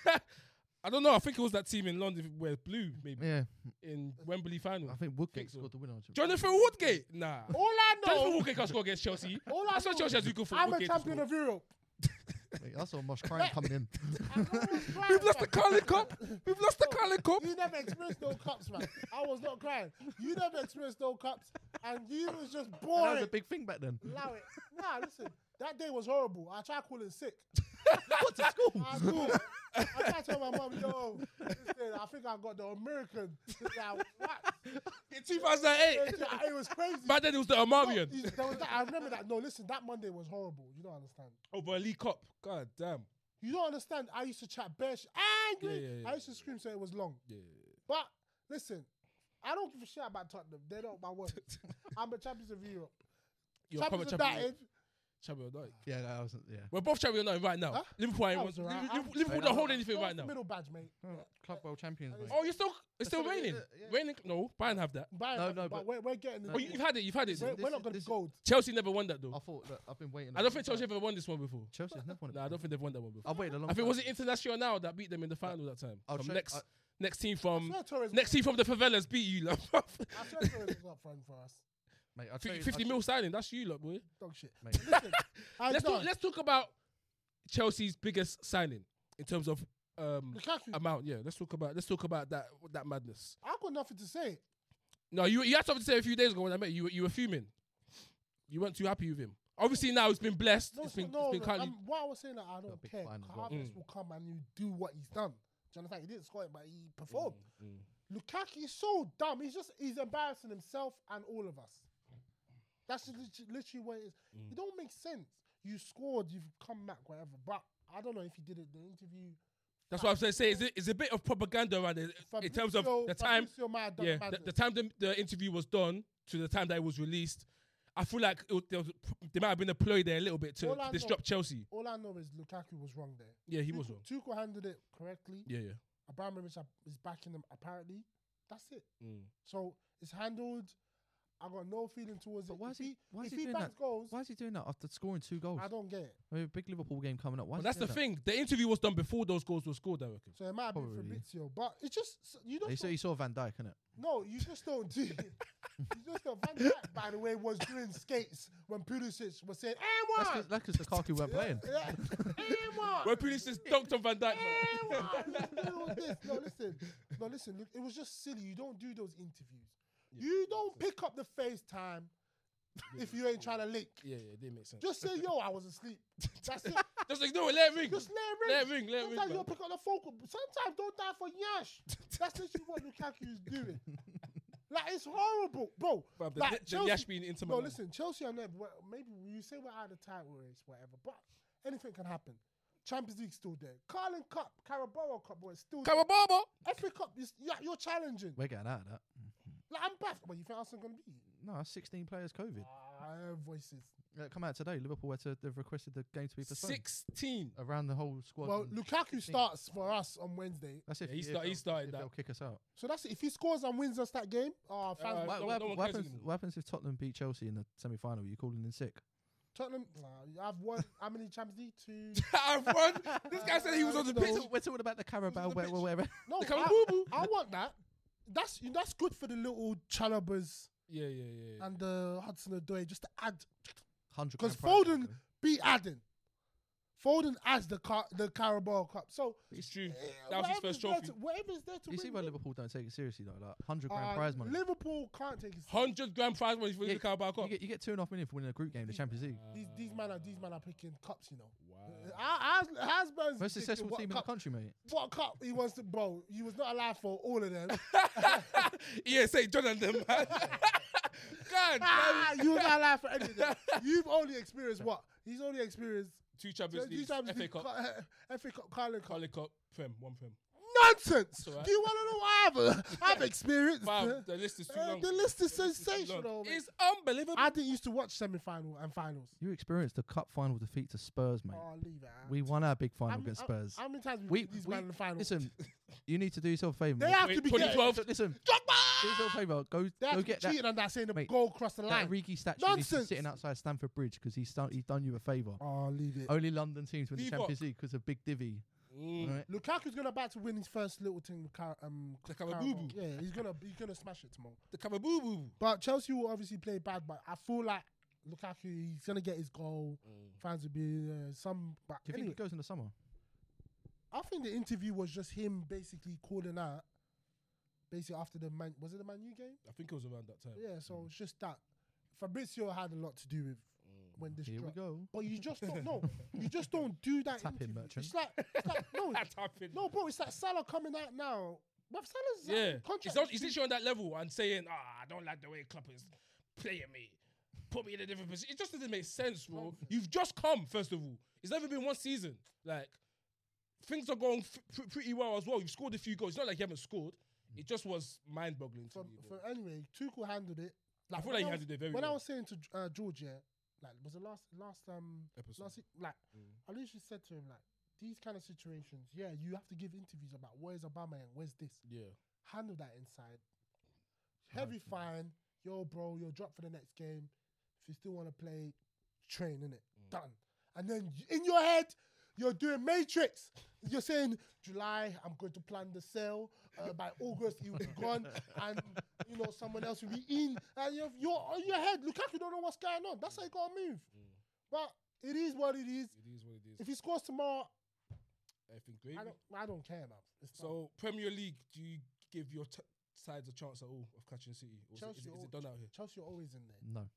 S1: I don't know. I think it was that team in London where blue maybe
S3: yeah,
S1: in Wembley final.
S3: Mm. I think Woodgate
S1: so.
S3: scored the winner. on Chelsea.
S1: Jonathan Woodgate? Nah.
S2: All I
S1: Jonathan
S2: know,
S1: Woodgate can score against Chelsea.
S2: all I
S1: That's what
S2: know,
S1: Chelsea has to do for
S2: I'm a
S1: Woodgate to
S2: champion
S1: score.
S2: of Europe.
S3: Wait, I saw Mosh crying coming in.
S2: I know what's right,
S1: We've lost the
S2: man.
S1: Carling Cup. We've lost the Carling Cup.
S2: You never experienced no cups, man. I was not crying. You never experienced no cups, and you was just
S3: that was
S2: boring.
S3: a big thing back then.
S2: Allow it. Nah, listen. That day was horrible. I tried calling sick.
S3: What to school?
S2: I do. I tried to tell my mum, yo, listen, I think I got the American. Now, what?
S1: In 2008.
S2: It was crazy.
S1: Back then it was the
S2: No,
S1: Armarian.
S2: there was that, I remember that. No, listen, that Monday was horrible. You don't understand.
S1: Over a Oh, League Cup. God damn.
S2: You don't understand. I used to chat bare shit. Angry.
S1: Yeah, yeah, yeah,
S2: I used to scream so it was long.
S1: Yeah.
S2: But listen, I don't give a shit about Tottenham. They're not my worries. I'm a champions of Europe.
S1: You're
S2: champions
S1: champion,
S2: of
S1: champion,
S2: United.
S1: champion of United.
S3: Yeah, that wasn't. Yeah,
S1: We're both champion of United right now.
S2: Huh?
S1: Liverpool ain't
S2: That
S1: won-
S2: was alright.
S1: Liverpool-
S2: I'm-
S1: Liverpool don't hold anything
S2: What's
S1: right
S2: the
S1: now.
S2: Middle badge, mate.
S3: club world champions. Mate.
S1: Oh, you're still it's still
S3: still-
S1: raining.
S3: yeah, yeah.
S1: Raining no, Bayern have that.
S2: Bayern, no,
S3: No, no,
S2: no, Oh, but,
S3: but-
S2: we're, we're getting the
S1: Oh, you- you've had it, you've had it.
S2: we're,
S3: this
S2: we're
S3: is-
S2: not going
S3: this
S2: to
S3: is-
S2: gold.
S1: Chelsea never won that
S3: I
S1: though.
S3: thought. Look, I've been waiting.
S1: I don't
S3: a long
S1: think Chelsea
S3: time.
S1: ever won this one before.
S3: Chelsea has never won. a
S1: Nah, I don't think they've won that one
S2: Oh,
S1: before.
S3: I waited a long.
S1: I think
S3: time.
S1: was it Internacional that beat them in the final that time.
S3: I'll
S1: From
S3: check-
S1: next
S3: I-
S1: next team
S2: I
S1: from
S2: swear Torres
S1: Um, next team from the favelas beat you, lot.
S2: I swear Torres was up front for us.
S3: Mate, I'll tell you-
S1: Fif-
S3: I'll
S1: Fifty
S3: tell-
S1: mil signing, that's you, lot, boy.
S2: Dog shit.
S3: Mate.
S2: Listen, I
S1: Let's
S2: know.
S1: talk, let's talk about Chelsea's biggest signing in terms of um,
S2: Lukaku,
S1: amount. Yeah, let's talk about let's talk about that that madness.
S2: I got nothing to say.
S1: No, you you had something to say a few days ago when I met you. You were- You were fuming. You weren't too happy with him. Obviously now it's been blessed.
S2: No,
S1: it's
S2: it's
S1: been
S2: no,
S1: it's been
S2: no,
S1: kindly.
S2: um, what I was saying, like, I don't
S3: big
S2: care.
S3: fine as well.
S2: Harvest
S1: Mm.
S2: will come and you do what he's done. Do you understand? He didn't score it, but he performed.
S1: Mm.
S2: Lukaku is so dumb. He's just he's embarrassing himself and all of us. That's just lit- literally what it is.
S1: Mm.
S2: It don't make sense. You scored, you've come back, whatever. But I don't know if he did it in the interview.
S1: That's what I was gonna say. Is it's a bit of propaganda around it in terms of
S2: Fabrizio-
S1: the time
S2: Fabrizio might have done
S1: yeah, the,
S2: madness.
S1: the time the, the interview was done to the time that it was released, I feel like it, was- there, was, there might have been a ploy there a little bit to,
S2: All
S1: to
S2: I know-
S1: disrupt Chelsea.
S2: all I know is Lukaku was wrong there.
S1: Yeah, he was
S2: Tuchel-
S1: wrong.
S2: Tuchel handled it correctly.
S1: Yeah, yeah.
S2: Abramovich ab- is backing them apparently. That's it.
S1: Mm.
S2: So it's handled. I got no feeling towards
S3: But
S2: it.
S3: why
S2: if
S3: is he- why is
S2: if
S3: he
S2: he
S3: doing
S2: backs
S3: that?
S2: goals,
S3: Why is he doing that after scoring two goals?
S2: I don't get it.
S3: We have a big Liverpool game coming up. Why
S1: But
S3: is
S1: that's
S3: he
S1: the
S3: doing
S1: thing. The interview was done before those goals were scored. I reckon.
S2: So it might have been
S3: Probably.
S2: Fabrizio, but it's just s- you
S3: that?
S2: don't.
S3: He saw, he saw Van Dijk, innit?
S2: No, you just don't do. it. you just don't. Van Dijk, by the way, was doing skates when Pulisic was saying,
S3: That's
S2: "And
S3: cause,
S2: one."
S3: that's 'cause Lukaku weren't playing.
S2: Yeah, and one.
S1: Where Pulis just dunked on Van Dijk.
S2: And one. You do this. No, listen. No, listen. Look, it was just silly. You don't do those interviews. You don't pick up the FaceTime if you ain't trying to link.
S1: Yeah, yeah, it didn't make sense.
S2: Just say, "Yo, I was asleep." That's it.
S1: Just ignore it. Let it ring.
S2: Just let
S1: Let
S2: it
S1: it
S2: ring.
S1: ring. Let it ring.
S2: Sometimes
S1: man.
S2: you'll pick up the phone call. Sometimes don't die for yash. That's literally what Lukaku is doing. Like it's horrible, bro.
S1: Bruv, the-
S2: like,
S1: the- The Yash being intimate.
S2: No, listen, Chelsea are never. well, Maybe you say we're out of title race, whatever, but anything can happen. Champions League's still there. Carling Cup, Carabao Cup, boy, it's still there.
S1: Carababa.
S2: FA Cup, is, yeah, you're challenging.
S3: We're getting out of that.
S2: Like I'm baffled. But you think Arsenal gonna be?
S3: No, that's 16 players COVID.
S2: Ah, voices.
S3: uh, come out today. Liverpool had to they've requested the game to be postponed
S1: 16.
S3: around the whole squad.
S2: Well,
S3: and
S2: Lukaku
S3: think-
S2: starts for us on Wednesday.
S3: that's if
S1: Yeah, he
S3: if
S1: start- he
S3: they'll-
S1: started
S3: if
S1: that.
S3: They'll kick us out.
S2: So that's it. If he scores and wins us that game, oh, fans,
S1: Uh,
S2: will-
S3: What,
S1: no-
S3: what
S1: no one
S3: what
S1: cares
S3: happens,
S1: anymore.
S3: what happens if Tottenham beat Chelsea in the semi final? You calling in sick?
S2: Tottenham. Nah, I've won how many Champions League? Two.
S1: I've won. This guy said he was on the
S2: No.
S1: pitch.
S2: We're
S3: We're talking about the Carabao,
S2: Who's on the
S3: where,
S2: pitch? No,
S3: where, where,
S1: They come
S2: I, I want that. That's you know, that's good for the little Chalobers
S1: Yeah, yeah, yeah. yeah.
S2: and the Hudson Odoi just to add
S3: hundred.
S2: 'Cause Foden- be adding. Foden as the car, the Carabao Cup. So
S1: It's true.
S2: eh,
S1: That was his
S2: whatever's
S1: first
S2: there
S1: trophy.
S2: To, whatever's there to win,
S3: You see why
S2: win.
S3: Liverpool don't take it seriously though. Like hundred grand
S2: Uh,
S3: prize money.
S2: Liverpool can't take it.
S1: 100 grand prize money for
S3: Yeah,
S1: the Carabao
S3: You
S1: Cup.
S3: get, you get two and a half million for winning a group game in the Champions League.
S2: These these men are these men are picking cups, you know.
S1: Wow.
S2: Has Hasbro's
S3: Most successful team in the country, mate.
S2: What cup he wants to, bro? He was not allowed for all of them.
S1: yeah, say Jonathan, man. God,
S2: ah,
S1: damn it.
S2: you was not allowed for any of them. You've only experienced what? He's only experienced
S1: two
S2: So
S1: Champions
S2: these
S1: Leagues,
S2: times
S1: FA
S2: the
S1: Cup,
S2: Cu- FA Cup, Carling Cup.
S1: Carling Cup, Prem, one Prem.
S2: Nonsense!
S1: all right.
S2: Do you want to know what I've, I've experienced?
S1: Wow, the list is too
S2: Uh,
S1: long.
S2: the list is
S1: The list too long.
S2: sensational, mate.
S1: It's unbelievable.
S2: I didn't used to watch semi final and finals.
S3: You experienced the cup final defeat to Spurs, mate.
S2: Oh, leave it out.
S3: we won our big final
S2: How many-
S3: against
S2: how-
S3: Spurs.
S2: How many times we,
S3: We-
S2: beat these
S3: we-
S2: men in the final?
S3: Listen, you need to do yourself a favour.
S2: they
S3: mate.
S2: have
S1: Wait,
S2: to be
S1: 2012
S2: getting,
S3: So Listen, do yourself a favour. Go,
S2: they have to
S3: go
S2: be
S3: get that,
S2: cheating on that saying the
S3: Mate,
S2: goal crossed the
S3: that
S2: line.
S3: Rigi statue needs to be
S2: Nonsense.
S3: sitting outside Stamford Bridge because he's, done- he's done you a favour.
S2: oh, leave it.
S3: Only London teams win the
S1: Leave
S3: Champions League because of Big Divvy.
S1: Mm.
S3: Alright?
S2: Lukaku's gonna about to win his first little thing with Car- um
S1: The Carabao
S2: Carabao.
S1: Boo Boo.
S2: Yeah, he's gonna he's gonna smash it tomorrow.
S1: The cover boo boo.
S2: But Chelsea will obviously play bad, but I feel like Lukaku he's gonna get his goal. fans would be uh, some. But
S3: Mm. Do you
S2: anyway,
S3: think it goes in the summer?
S2: I think the interview was just him basically calling out, basically after the man was it the Man U game?
S1: I think it was around that time.
S2: Yeah,
S3: Mm.
S2: so it's just that Fabrizio had a lot to do with when this.
S3: Mm. Here we
S2: dropped.
S3: go.
S2: But you just don't know. you just don't do that.
S3: Tap him,
S2: interview.
S3: merchant.
S2: It's like, it's like no,
S1: That's happened.
S2: no, bro. It's like Salah coming out now. But Salah's out
S1: yeah.
S2: of contract.
S1: He's, not, he's literally on that level and saying, ah, I don't like the way Klopp is playing me. Put me in a different position. It just doesn't make sense, bro. You've just come, first of all. It's never been one season. Like, things are going f- pr- pretty well as well. You've scored a few goals. It's not like you haven't scored. It just was mind boggling to
S2: So,
S1: me. bro.
S2: so anyway, Tuchel handled it.
S1: I feel like
S2: when
S1: he
S2: was-
S1: handled it very
S2: When I
S1: well.
S2: was saying to J- uh, George, yeah, like was the last last um
S1: Episode.
S2: last se- like
S1: Mm.
S2: I literally said to him like these kind of situations, yeah, you have to give interviews about where's Obama and where's this.
S1: Yeah.
S2: Handle that inside. Heavy fine, yo, bro, you're dropped for the next game. If you still want to play, train in it.
S3: Mm.
S2: Done. And then y- in your head, you're doing Matrix. You're saying July, I'm going to plan the sale. Uh, by August, it will be gone, and you know someone else will be in. And you're, you're on your head. Lukaku don't know what's going on. That's how you gotta move. But it is what it is.
S1: Mm. It is what it is.
S2: If he scores tomorrow,
S1: I think great.
S2: I don't, I don't care, man. It's not-
S1: So Premier League, do you give your t- sides a chance at all of catching City? Or is it- is,
S2: Chelsea
S1: it, is
S2: or-
S1: it done out here?
S2: Chelsea are always in there.
S3: No.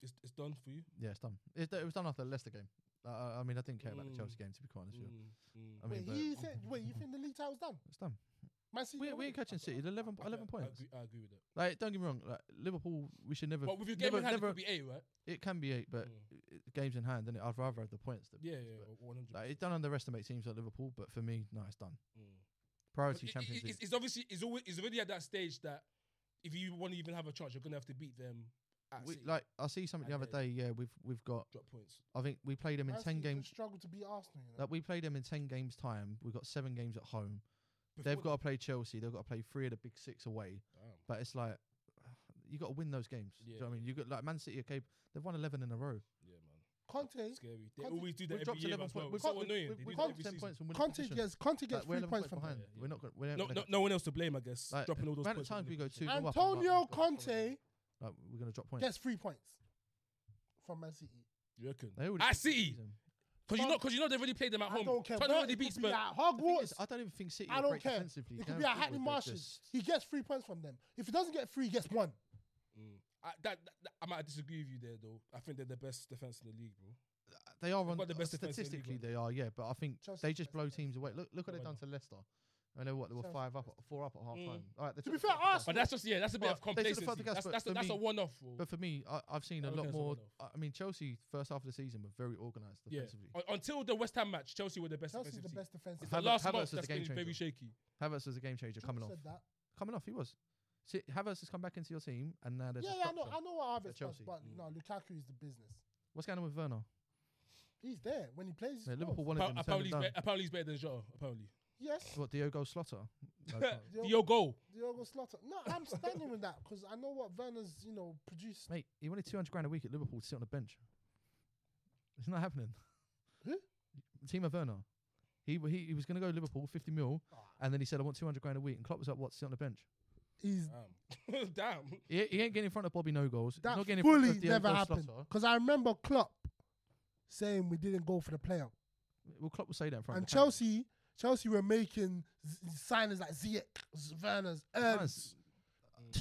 S1: It's, it's done for you.
S3: Yeah, it's done. It, it was done after the Leicester game. Uh, I mean, I didn't care about the
S1: Mm.
S3: Chelsea game, to be quite honest with
S1: Mm,
S3: you.
S1: mm.
S3: I mean,
S2: wait,
S3: but
S2: he said, wait, you think the league title's done?
S3: it's done.
S2: Man City
S3: We,
S2: don't
S3: we
S2: win?
S3: ain't catching City. They're 11,
S1: Okay,
S3: 11
S1: I
S3: points.
S1: agree, I agree with that.
S3: Like, don't get me wrong. Like, Liverpool, we should never.
S1: Well, with your game
S3: never,
S1: in hand,
S3: never,
S1: it could be eight, right?
S3: it can be eight, but
S1: Mm.
S3: i- i- games in hand, and I'd rather have the points. Than
S1: Yeah, yeah,
S3: but-
S1: one hundred.
S3: Like, it don't underestimate teams like Liverpool, but for me, no, it's done.
S1: Mm.
S3: Priority Champions League.
S1: It's, it's obviously it's always it's already at that stage that if you want to even have a chance, you're gonna have to beat them. At
S3: We,
S1: City.
S3: like I see something the
S1: And
S3: other day. Yeah, we've we've got.
S1: drop points.
S3: I think we played them in
S2: Man
S3: ten
S2: City could
S3: games.
S2: Struggle to beat Arsenal. You know?
S3: Like we played them in ten games time. We've got seven games at home.
S1: Before
S3: they've got to play Chelsea. They've got to play three of the big six away.
S1: the- Damn.
S3: But it's like you got to win those games. Do you
S1: Yeah,
S3: know what I mean? You got like Man City. Okay, they've won eleven in a row.
S1: Yeah, man.
S2: Conte,
S1: Scary. They
S2: Conte-
S1: always do that
S3: We've
S1: every
S3: dropped
S1: year.
S3: eleven
S1: as well.
S3: points. We've
S1: It's so
S3: got-
S1: annoying.
S3: we've-
S1: They do that
S3: we've got
S1: every
S3: ten
S1: season.
S3: points and winning
S2: Conte
S3: position.
S2: gets Conte
S3: Like,
S2: gets
S3: we're
S2: three
S3: 11
S2: points from
S1: behind. Yeah,
S2: that.
S1: yeah.
S3: We're not. Gonna, we're
S1: No,
S3: gonna
S1: no,
S3: drop
S1: no one
S3: points.
S1: else to blame, I guess.
S3: Like,
S1: Dropping all those
S3: amount
S1: points.
S3: of times we go two. nil up, I'm like,
S2: Antonio
S3: we've got-
S2: Conte
S3: Like, we're gonna drop points.
S2: gets three points from Man City.
S1: You reckon?
S3: They already
S1: At
S3: beat
S1: City,
S3: them.
S1: because you
S2: Fuck.
S1: know, because you know they've already played them at
S2: I
S1: home.
S2: don't care.
S1: Tottenham
S2: where
S1: already
S2: it
S1: beat
S2: could be
S1: Spurs.
S2: at
S3: The thing is,
S2: Hogwarts.
S3: I don't even think City.
S2: I
S3: are
S2: don't
S3: great
S2: care.
S3: Defensively.
S2: It could
S3: Darren
S2: be at
S3: Football,
S2: Hackney
S3: they're
S2: Marshes.
S3: just-
S2: He gets three points from them. If he doesn't get three, he gets one.
S1: Mm. I, that, that- I might disagree with you there, though. I think they're the best defense in the league, bro.
S3: They are on
S1: got the best defence in the league,
S3: statistically.
S1: aren't
S3: They are, yeah. But I think
S2: Chelsea's
S3: they
S2: the
S3: just
S2: best
S3: blow
S2: defence.
S3: teams away. Look, look what
S1: No,
S3: they've
S1: I
S3: done to Leicester. I know what they were
S2: Chelsea's
S3: five
S2: the
S3: up, four up at half
S1: Mm.
S3: time. All right, they
S2: To
S3: took
S2: be
S3: the
S2: fair,
S3: first half.
S2: Arsenal-
S1: But that's just yeah, that's a bit
S3: Well,
S1: of
S3: they took the
S1: complacency.
S3: first against
S1: That's
S3: Spurs.
S1: that's,
S3: For
S1: that's a
S3: me-
S1: one-off, bro.
S3: But for me, I, I've seen
S1: I
S3: a
S1: reckon
S3: lot
S1: it's a
S3: more.
S1: one-off.
S3: I I mean, Chelsea first half of the season were very organised
S1: Yeah.
S3: defensively.
S1: Un- Until the West Ham match, Chelsea were the best
S2: Chelsea's
S1: defensive
S2: the
S1: team.
S2: best defense.
S1: It's
S3: Havertz-
S1: the last
S3: Havertz
S1: month
S3: was the
S1: that's
S3: game
S1: been very
S3: changer.
S1: shaky.
S3: Havertz was a game changer coming off.
S2: Said that.
S3: Coming off, he was. See, Havertz has come back into your team, and now there's
S2: Yeah,
S3: a
S2: yeah, I know,
S3: structure.
S2: I know what Harvest does,
S3: Chelsea.
S2: but
S1: Mm.
S2: no, Lukaku is the business.
S3: What's going on with Werner?
S2: He's there when he plays.
S3: Yeah,
S2: he's
S3: Liverpool
S2: goals.
S3: wanted him. turned
S1: apparently,
S3: him
S1: he's be-
S3: down.
S1: apparently he's better than Jota. Apparently,
S2: Yes,
S3: What Diogo Slotter?
S1: your goal.
S2: Diogo Slotter. No, I'm standing with that because I know what Werner's, you know, produced.
S3: Mate, he wanted 200 grand a week at Liverpool to sit on the bench. It's not happening.
S2: Who?
S3: Timo Werner. He, w- he, he was going to go Liverpool, 50 mil,
S2: Ah.
S3: and then he said, I want 200 grand a week. And Klopp was like, what, sit on the bench?
S2: He's
S1: Damn. Damn.
S3: He, he ain't getting in front of Bobby No Goals. He's
S2: that
S3: not getting in
S2: fully
S3: front of Diogo
S2: never happened
S3: Slotter.
S2: because I remember Klopp saying we didn't go for the playoff,
S3: Well, Klopp will say that in front
S2: and
S3: of the camera.
S2: Chelsea, Chelsea were making z- signings like Ziyech, Werner's, Ernst.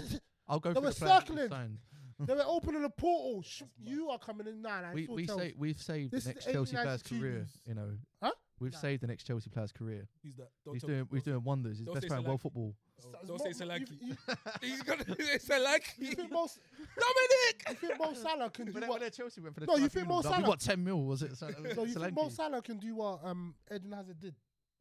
S3: I'll go
S2: They
S3: for
S2: were
S3: the players that
S2: circling.
S3: we've signed.
S2: they were opening the portal. Sh- you are coming in now. and I
S3: We,
S2: saw
S3: we
S2: Chelsea.
S3: say, we've saved
S2: This
S3: the
S2: is
S3: next
S2: the
S3: Chelsea player's
S2: 89
S3: career,
S2: Tunes.
S3: you know.
S2: Huh?
S3: We've
S2: Nah.
S3: saved the next Chelsea player's career.
S1: He's that. Don't
S3: He's
S1: tell-
S3: doing, he's
S1: don't-
S3: doing wonders. He's
S1: don't
S3: best
S1: say
S3: player in world
S1: Solanke.
S3: football.
S1: don't-
S2: It's
S1: Oh, Don't say
S2: more- you-
S1: Solanke.
S2: you-
S1: He's gonna say
S2: You
S1: Solanke.
S2: think Mo, S- you
S1: Dominic.
S2: think Mo Salah can do what?
S3: Chelsea went for
S2: the No, you trophy, think Mo
S3: We
S2: Salah-
S3: got 10 mil, was it? So,
S2: No, you think Mo Salah can do what um, Eden Hazard did,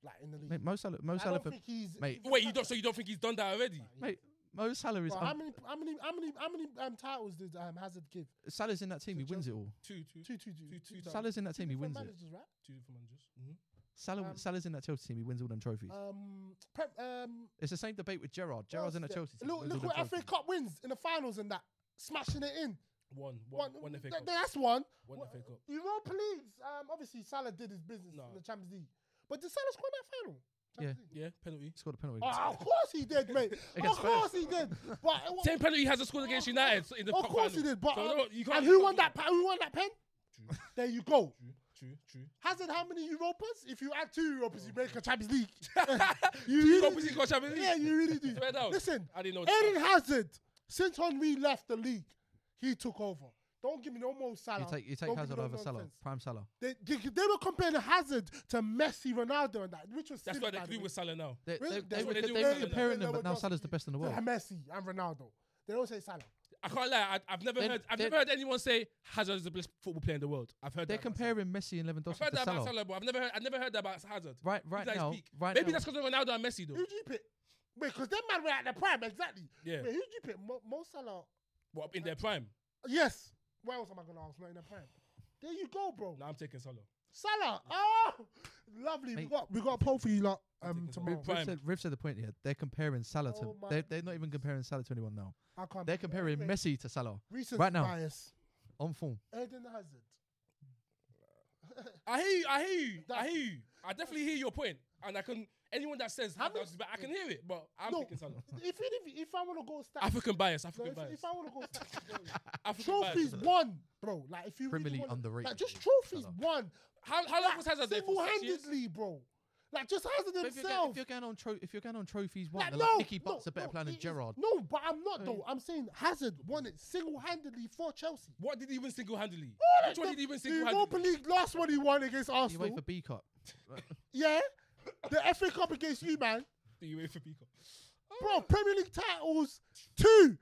S2: like in the league?
S3: Mate, Mo Salah, Mo
S2: I
S3: Salah,
S2: don't
S3: for,
S2: think he's.
S3: mate.
S2: he's-
S1: Wait, you don't. So you don't think he's done that already?
S3: mate, Mo Salah is
S2: Well,
S3: un-
S2: how many, how many, how many, how many um, titles did um, Hazard give?
S3: Salah's in that team. He wins it all.
S1: Two, two,
S2: Two, two, two,
S1: Two- two times.
S3: Salah's in that team. He
S2: different
S3: wins it.
S2: managers, right?
S1: two for managers. Mhm.
S3: Salah,
S2: Um,
S3: Salah's in that Chelsea team. He wins all them trophies.
S2: Um, prep, um,
S3: It's the same debate with Gerard. Gerard's in that
S2: what's
S3: Chelsea
S2: the-
S3: team.
S2: Look,
S3: wins
S2: look
S3: all them
S2: what FA
S3: trophies.
S2: Cup wins in the finals and that, smashing it in.
S1: One, one, one
S2: One,
S1: FA
S2: th-
S1: Cup.
S2: that's one.
S1: One
S2: What-
S1: FA Cup.
S2: Europa League. Um, obviously Salah did his business
S1: No.
S2: in the Champions League, but did Salah score that final? Champions League?
S1: Yeah, penalty.
S3: Scored a penalty.
S2: Oh, of course he did, mate. of
S3: Against
S2: course he did. But it wa-
S1: Same penalty he hasn't scored against United in the
S2: of
S1: cup
S2: course he
S1: final.
S2: did. But
S1: So
S2: um,
S1: no, you can't-
S2: and
S1: you
S2: who
S1: can't
S2: won
S1: do
S2: that? pe- Who won that pen?
S1: True.
S2: There you go.
S1: True, true.
S2: Hazard, how many Europas? If you add two Europas, you make a Champions League. you
S1: Oh. Two cups
S2: really
S1: he's
S2: do.
S1: got Champions
S2: Yeah,
S1: League. Oh.
S2: you really do.
S1: Spread out.
S2: Listen,
S1: I didn't know
S2: Eden
S1: that.
S2: Hazard, since Henry left the league, he took over. Don't give me no more Salah.
S3: You take, you
S2: Don't give
S3: take
S2: me
S3: Hazard
S2: no
S3: over Salah.
S2: nonsense.
S3: Prime Salah.
S2: They, they, they were comparing Hazard to Messi, Ronaldo, and that, which was
S1: That's
S2: silly,
S1: what they
S2: by the
S1: do
S2: way.
S1: with Salah now.
S3: They,
S2: Really?
S3: they,
S2: That's
S3: they,
S1: what
S3: were-
S1: they
S3: they
S1: do
S3: were
S1: with
S3: comparing
S2: Ronaldo.
S3: them, but now
S2: Ronaldo.
S3: Salah's the best in the world.
S2: To Messi and Ronaldo. They don't say Salah.
S1: I can't lie. I, I've never
S3: Then-
S1: heard. I've
S3: then-
S1: never heard anyone say Hazard is the best football player in the world. I've heard
S3: They're
S1: that about
S3: comparing Messi and
S1: Salah. I've
S3: Lewandowski
S1: heard
S3: to
S1: that
S3: Salah.
S1: about Salah, but I've never heard. I've never heard that about Hazard.
S3: Right,
S1: He's
S3: right
S1: at his
S3: now,
S1: peak.
S3: right
S1: Maybe
S3: now,
S1: that's because of Ronaldo and Messi, though.
S2: Who do you pick? Wait, because them man were at the prime, exactly.
S1: Yeah.
S2: Wait, who do you pick? Mo, Mo Salah?
S1: What in their prime?
S2: Yes. What else am I going to ask? Not in the prime. There you go, bro.
S1: No, I'm taking Salah.
S2: Salah. Oh, lovely. We
S3: Mate.
S2: got we got a poll for you lot um,
S1: taking Salah.
S2: tomorrow.
S1: Prime.
S3: Riff said, Riff said the point here. They're comparing Salah to.
S2: Oh my
S3: they're, they're not even comparing Salah to anyone now.
S2: I can't.
S3: They're comparing
S2: Anyway,
S3: Messi to Salah
S2: Recency
S3: right now.
S2: bias.
S3: on form.
S2: Eden Hazard.
S1: I hear you. I hear you. I hear you. I definitely hear your point, and I can. Anyone that says
S2: How
S1: Hazard's
S2: many-
S1: back, I can hear it, but I'm
S2: No.
S1: taking Salah.
S2: If it, if, if I want to go stats,
S1: African bias.
S2: no,
S1: African
S2: if,
S1: bias.
S2: if I want to go stats,
S1: African bias.
S2: trophies won, bro. Like if you
S3: Premier
S2: really
S3: League
S2: wanna,
S3: underrated,
S2: like, just
S3: Salah.
S2: trophies won.
S1: How, how long was Hazard there for? Six years?
S2: Single-handedly, bro. Like just Hazard
S3: But If you're, going,
S2: himself.
S3: if you're going on tro- if you're going on trophies, one,
S2: Like,
S3: then,
S2: no,
S3: like, Nicky
S2: no,
S3: Butt's a better
S2: no,
S3: player than
S2: it is-
S3: Gerard.
S2: No, but I'm not though. I'm saying Hazard won it single-handedly for Chelsea.
S1: What did he win single-handedly? Which one
S2: The-
S1: did he win
S2: the Europa
S1: single-handedly?
S2: League last one he won against
S3: You
S2: Arsenal.
S3: wait for B Cup.
S2: yeah, the FA Cup against you, man.
S1: The UEFA Pico.
S3: Oh.
S2: Bro, Premier League titles two.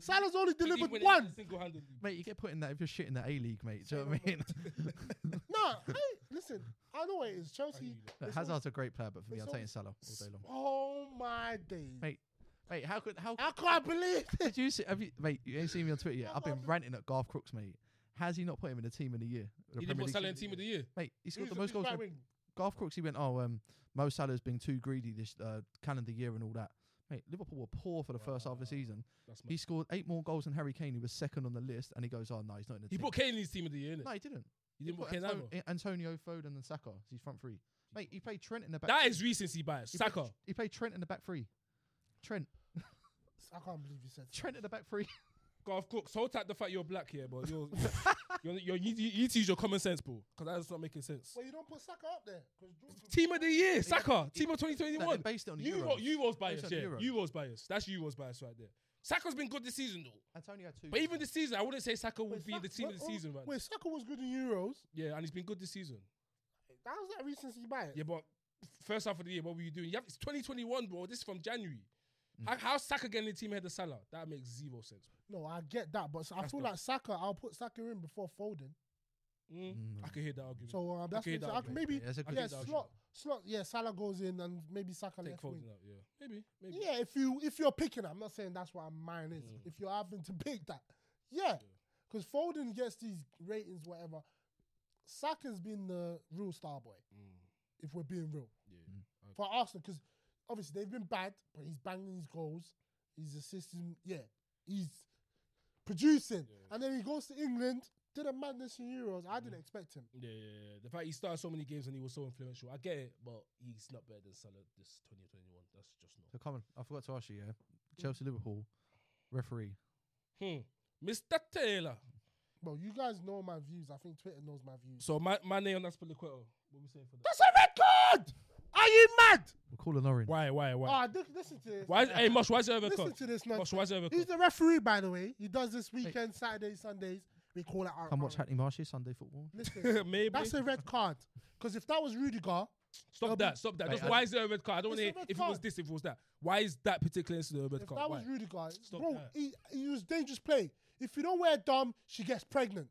S2: Salah's only
S1: Did he
S2: delivered
S1: win it
S2: one.
S1: single-handedly.
S3: Mate, you get put in that if you're shit in the A League, mate. Do you know what I mean?
S2: No, hey, listen, I know what it is. Chelsea.
S3: Look,
S2: it's
S3: Hazard's a great player, but for me,
S2: it's
S3: I'm taking
S2: always-
S3: Salah all
S2: always-
S3: day long.
S2: Oh my days!
S3: Mate, mate, how could how
S2: I can't believe it.
S3: could you see? Have you, mate, you ain't seen me on Twitter yet.
S2: Oh
S3: I've
S2: my
S3: been ranting at Garth Crooks, mate. Has he not put him in the team in the year? The
S1: He
S3: Premier
S1: didn't put
S3: League
S1: Salah in
S3: team?
S1: team of the year.
S3: Mate, he
S2: Who's
S3: scored the
S2: the
S3: most
S2: big
S3: goals.
S2: right
S3: for-
S2: wing?
S3: Garth Crooks, he went, oh, um, Mo Salah's been too greedy this uh, calendar year and all that. Mate, Liverpool were poor for the first half of the season.
S1: That's
S3: He scored eight more goals than Harry Kane, who was second on the list, and he goes, oh, no, he's not in the
S1: He
S3: team.
S1: put Kane in his team of the year, innit?
S3: no, he didn't.
S1: He didn't put
S3: He
S1: Kane
S3: put
S1: either.
S3: Anto- Antonio Foden and Saka. as He's front three. Mate, he played Trent in the back.
S1: That is recency bias.
S3: he played-
S1: Saka.
S3: He played Trent in the back three. Trent.
S2: I can't believe you said.
S3: Trent in the back three.
S1: Garth Cooks, hold tight the fact you're black here, but you're, you're, you're, you, you need to use your common sense, bro, because that's not making sense.
S2: Well, you don't put Saka up there. 'cause Jordan-
S1: Team of the year, Saka.
S3: he-
S1: Team of
S3: Like, they
S1: 2021.
S3: based it on the
S1: Euro,
S3: Euros.
S1: Euros bias,
S3: on
S1: yeah.
S3: Euros.
S1: Euros bias. That's Euros bias right there. Saka's been good this season, though.
S3: Antonio had two.
S1: But even this season, I wouldn't say Saka would
S2: Wait,
S1: be in the
S2: Saka-
S1: team of the
S2: oh,
S1: season right now.
S2: Wait, Saka was good in Euros.
S1: Yeah, and he's been good this season.
S2: That was that recency bias.
S1: Yeah, but first half of the year, what were you doing? You have, it's 2021, bro. This is from January. How, how's Saka getting in the team ahead of Salah? That makes zero sense.
S2: No, I get that, but I
S1: That's
S2: feel
S1: not-
S2: like Saka. I'll put Saka in before Foden.
S1: Mm.
S3: Mm.
S1: I can hear that argument.
S2: So uh, that's
S1: Okay,
S2: what-
S1: that
S2: I
S1: would be-
S2: maybe
S3: that's a good
S2: yeah,
S1: that would be-
S2: slot slot yeah Salah goes in and maybe Saka
S1: Take
S2: left wing.
S1: Foden out, yeah. Maybe, maybe. Mm.
S2: Yeah, if you if you're picking, I'm not saying that's what mine is. If you're having to pick that, yeah. because Foden gets these ratings, whatever. Saka's been the real star boy, if we're being real,
S1: Mm. Yeah.
S2: for Arsenal. Because obviously they've been bad, but he's banging his goals, he's assisting. Yeah, he's producing,
S1: Yeah. Mm-hmm.
S2: and then he goes to England, did a madness in Euros. I didn't expect him.
S1: Yeah, yeah, yeah. The fact he started so many games and he was so influential, I get it, but he's not better than Salah this 2021. That's just not.
S3: So, Colin, I forgot to ask you, yeah. Chelsea Liverpool referee.
S1: Hmm. Mr. Taylor.
S2: Well, you guys know my views. I think Twitter knows my views.
S1: So my my name on that's Peliquetto. What we saying for that?
S2: That's a record. Are you mad?
S3: We'll call an orange.
S1: Why, why, why?
S2: Ah, oh, listen to this.
S1: Why is, hey Mosh, why is it ever
S2: Listen
S1: cut?
S2: to this, man.
S1: Mosh, why is it ever
S2: He's
S1: cut?
S2: the referee, by the way. He does this weekend, Saturdays, Sundays. We call it out.
S3: Come watch Hackney Marshes Sunday football.
S2: Listen,
S1: Maybe.
S2: that's a red card. Because if that was Rudiger,
S1: stop that, stop that.
S3: Wait,
S1: Just
S3: I-
S1: why is it a red card? I don't want
S2: It's
S1: to
S2: a
S1: hear
S2: red
S1: if it
S2: card.
S1: was this, if it was that. Why is that particular incident a red
S2: if
S1: card?
S2: that
S1: why?
S2: was Rudiger,
S1: Stop
S2: bro,
S1: that.
S2: he, he was dangerous play. If you don't wear dumb, she gets pregnant.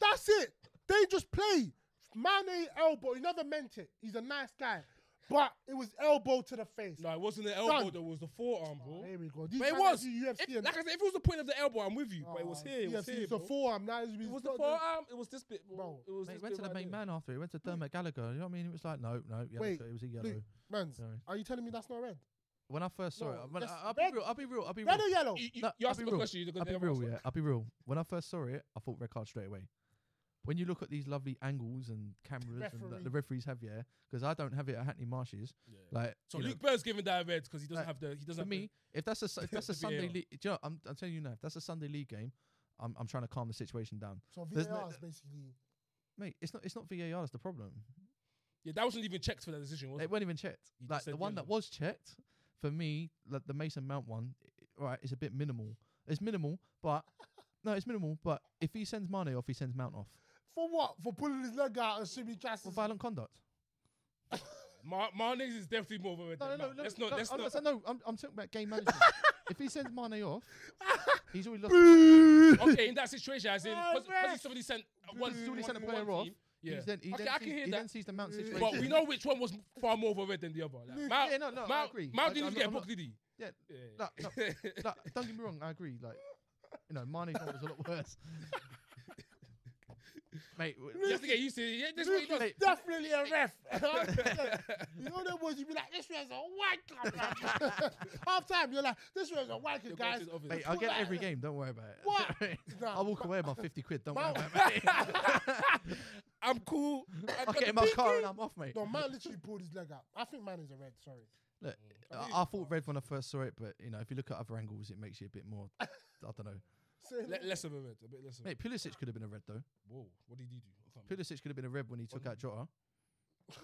S2: that's it. Dangerous play. Mane elbow. He never meant it. He's a nice guy. But it was elbow to the face.
S1: no, it wasn't the elbow,
S2: Done.
S1: though, it was the forearm,
S2: Oh,
S1: bro.
S2: here we go. These
S1: But it
S2: guys
S1: was.
S2: do UFC
S1: If,
S2: and-
S1: like I said, if it was the point of the elbow, I'm with you. but it was
S2: Oh,
S1: here. It was
S2: UFC,
S1: here.
S2: It's the
S1: Bro.
S2: forearm. Now it's,
S1: It was
S2: it's
S1: the
S2: not
S1: forearm. It was this bit, bro.
S2: Bro.
S1: It was.
S3: Mate,
S1: this
S3: went
S1: bit
S3: to the
S1: right
S3: main
S1: there.
S3: man after. He went to Dermot Gallagher. You know what I mean? It was like, no, no, yellow.
S2: Wait,
S3: so it was a
S2: Blue,
S3: yellow.
S2: Mans,
S3: Sorry.
S2: are you telling me that's not red?
S3: When I first saw
S2: No,
S3: it, when I,
S2: that's
S3: I'll be
S2: red.
S3: real. I'll be real. I'll be real.
S2: Red or yellow?
S1: You, you,
S3: No,
S1: you
S3: I'll
S1: asked
S3: be
S1: me a
S3: real.
S1: question. You're
S3: I'll
S1: gonna
S3: be real, yeah. I'll be real. When I first saw it, I thought red card straight away. When you look at these lovely angles and cameras and that
S2: Referee.
S3: the referees have, yeah, because I don't have it at Hackney Marshes. Like,
S1: So
S3: you know,
S1: Luke Bird's giving that red because he doesn't
S3: Like,
S1: have the. He doesn't
S3: for
S1: have the-
S3: me, if that's a su- if that's a
S1: the
S3: Sunday
S1: VAR.
S3: league, do you know, I'm, I'm telling you now, if that's a Sunday league game, I'm I'm trying to calm the situation down,
S2: So
S3: There's
S2: VAR
S3: no-
S2: is basically.
S3: mate. It's not it's not VAR that's the problem.
S1: Yeah, that wasn't even checked for that decision, was
S3: It
S1: it?
S3: weren't even checked.
S1: You just
S3: Like
S1: said
S3: the one that
S1: yellow.
S3: was checked for me, like the Mason Mount one, i- right? It's a bit minimal. It's minimal, but no, it's minimal. But if he sends Mane off, he sends Mount off
S2: For what? For pulling his leg out and shimmy
S3: for
S2: chassis.
S3: violent conduct.
S1: Mar- Marnix is definitely more of a red.
S3: No, no,
S1: than
S3: no,
S1: Mount.
S3: no.
S1: Let's not.
S3: no,
S1: Let's
S3: I'm
S1: not.
S3: saying- no, I'm, I'm talking about game management. if he sends Mane off, he's already lost.
S1: okay, in that situation, as in,
S2: Oh,
S1: because
S2: ref.
S1: somebody sent uh, one,
S3: Once he's already
S1: one,
S3: sent a
S1: one
S3: player off,
S1: team. Yeah.
S3: he's then, he,
S1: okay,
S3: then
S1: I
S3: sees,
S1: can hear
S3: he
S1: that.
S3: then sees the Mount
S2: But
S3: situation.
S1: But we know which one was far more of a red than the other. Like, Mount,
S3: yeah, no, no, I
S1: Mount,
S3: agree.
S1: Mount
S3: I-
S1: didn't
S3: I'm
S1: even
S3: not-
S1: get
S3: I'm
S1: booked,
S3: not-
S1: did he?
S3: Yeah.
S1: Yeah.
S3: No, no, Like, don't get me wrong, I agree. Like, you know, Mane's one was a lot worse. Mate, w-
S1: You have to get used to it. Yeah, this is what he does.
S3: Mate,
S2: Definitely a ref. you know them words, you'd be like, this ref's a wanker. Half time, you're like, this ref's a wanker,
S1: You're going
S2: guys.
S1: to his office.
S3: mate, I get every game. Don't worry about it.
S2: What?
S3: I'll walk away with my 50 quid. Don't worry
S2: Mount-
S3: about it.
S1: I'm cool. I
S3: I'll
S1: got
S3: get
S1: the
S3: in my
S1: big
S3: car
S1: game.
S3: and I'm off, mate.
S2: No, man literally pulled his leg out. I think man is a red, sorry.
S3: Look, I, I thought red when I first saw it, but, you know, if you look at other angles, it makes you a bit more, I don't know.
S2: Say
S1: Le- less of a red, a bit less of a
S3: Mate, Pulisic could have been a red, though.
S1: Whoa, what did he do? I can't remember.
S3: Pulisic could have been a red when he took
S1: What
S3: out Jota.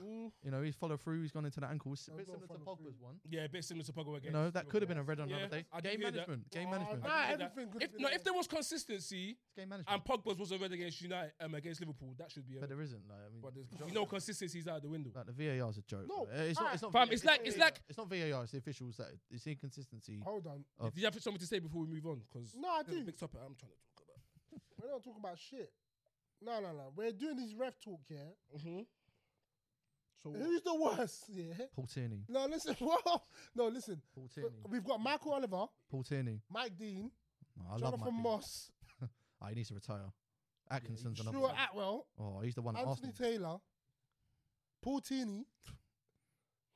S1: Mm,
S3: You know, he's followed through. He's gone into the ankle. It's a
S2: I've
S3: bit
S2: got
S3: similar to
S2: follow
S3: Pogba's
S2: through.
S3: one.
S1: yeah, a bit similar to Pogba
S3: You
S1: again.
S3: know, that could have been a red on
S1: Yeah,
S3: another day.
S1: I do
S3: Game
S1: hear that.
S3: management. Game
S2: Oh,
S3: management.
S2: Nah,
S1: I did that.
S2: everything could have
S1: If,
S2: been
S1: no,
S2: a
S1: if
S2: red.
S1: there was consistency
S3: It's game management.
S1: and Pogba's was a red against United, um, against Liverpool, that should be a
S3: but
S1: red.
S3: there isn't. Like, I mean,
S1: But there's, we know consistency's out of the window.
S3: like the VAR's a joke.
S2: No,
S3: like, uh, it's not. It's not.
S1: Fam,
S3: VAR,
S1: it's like- it's like-
S3: It's not VAR. It's the officials that it's the inconsistency.
S2: Hold on.
S3: Oh.
S1: Did you have something to say before we move on? Because
S2: No, I do.
S1: Mixed up, I'm trying to talk about.
S2: We're not talking about shit. No, no, no. We're doing this ref talk here.
S1: Mm-hmm. So
S2: Who's the worst? Yeah.
S3: Paul Tierney.
S2: No, listen. Whoa. No, listen.
S3: Paul Tierney.
S2: We've got Michael Oliver,
S3: Paul Tierney.
S2: Mike Dean,
S3: No, Oh, I love Mike
S2: Jonathan
S3: Dean.
S2: Moss,
S3: Ah, he needs to retire. Atkinson's another.
S2: Stuart
S3: one.
S2: Atwell,
S3: Oh, he's the one. at
S2: Anthony
S3: Arsenal.
S2: Taylor, Paul Tini.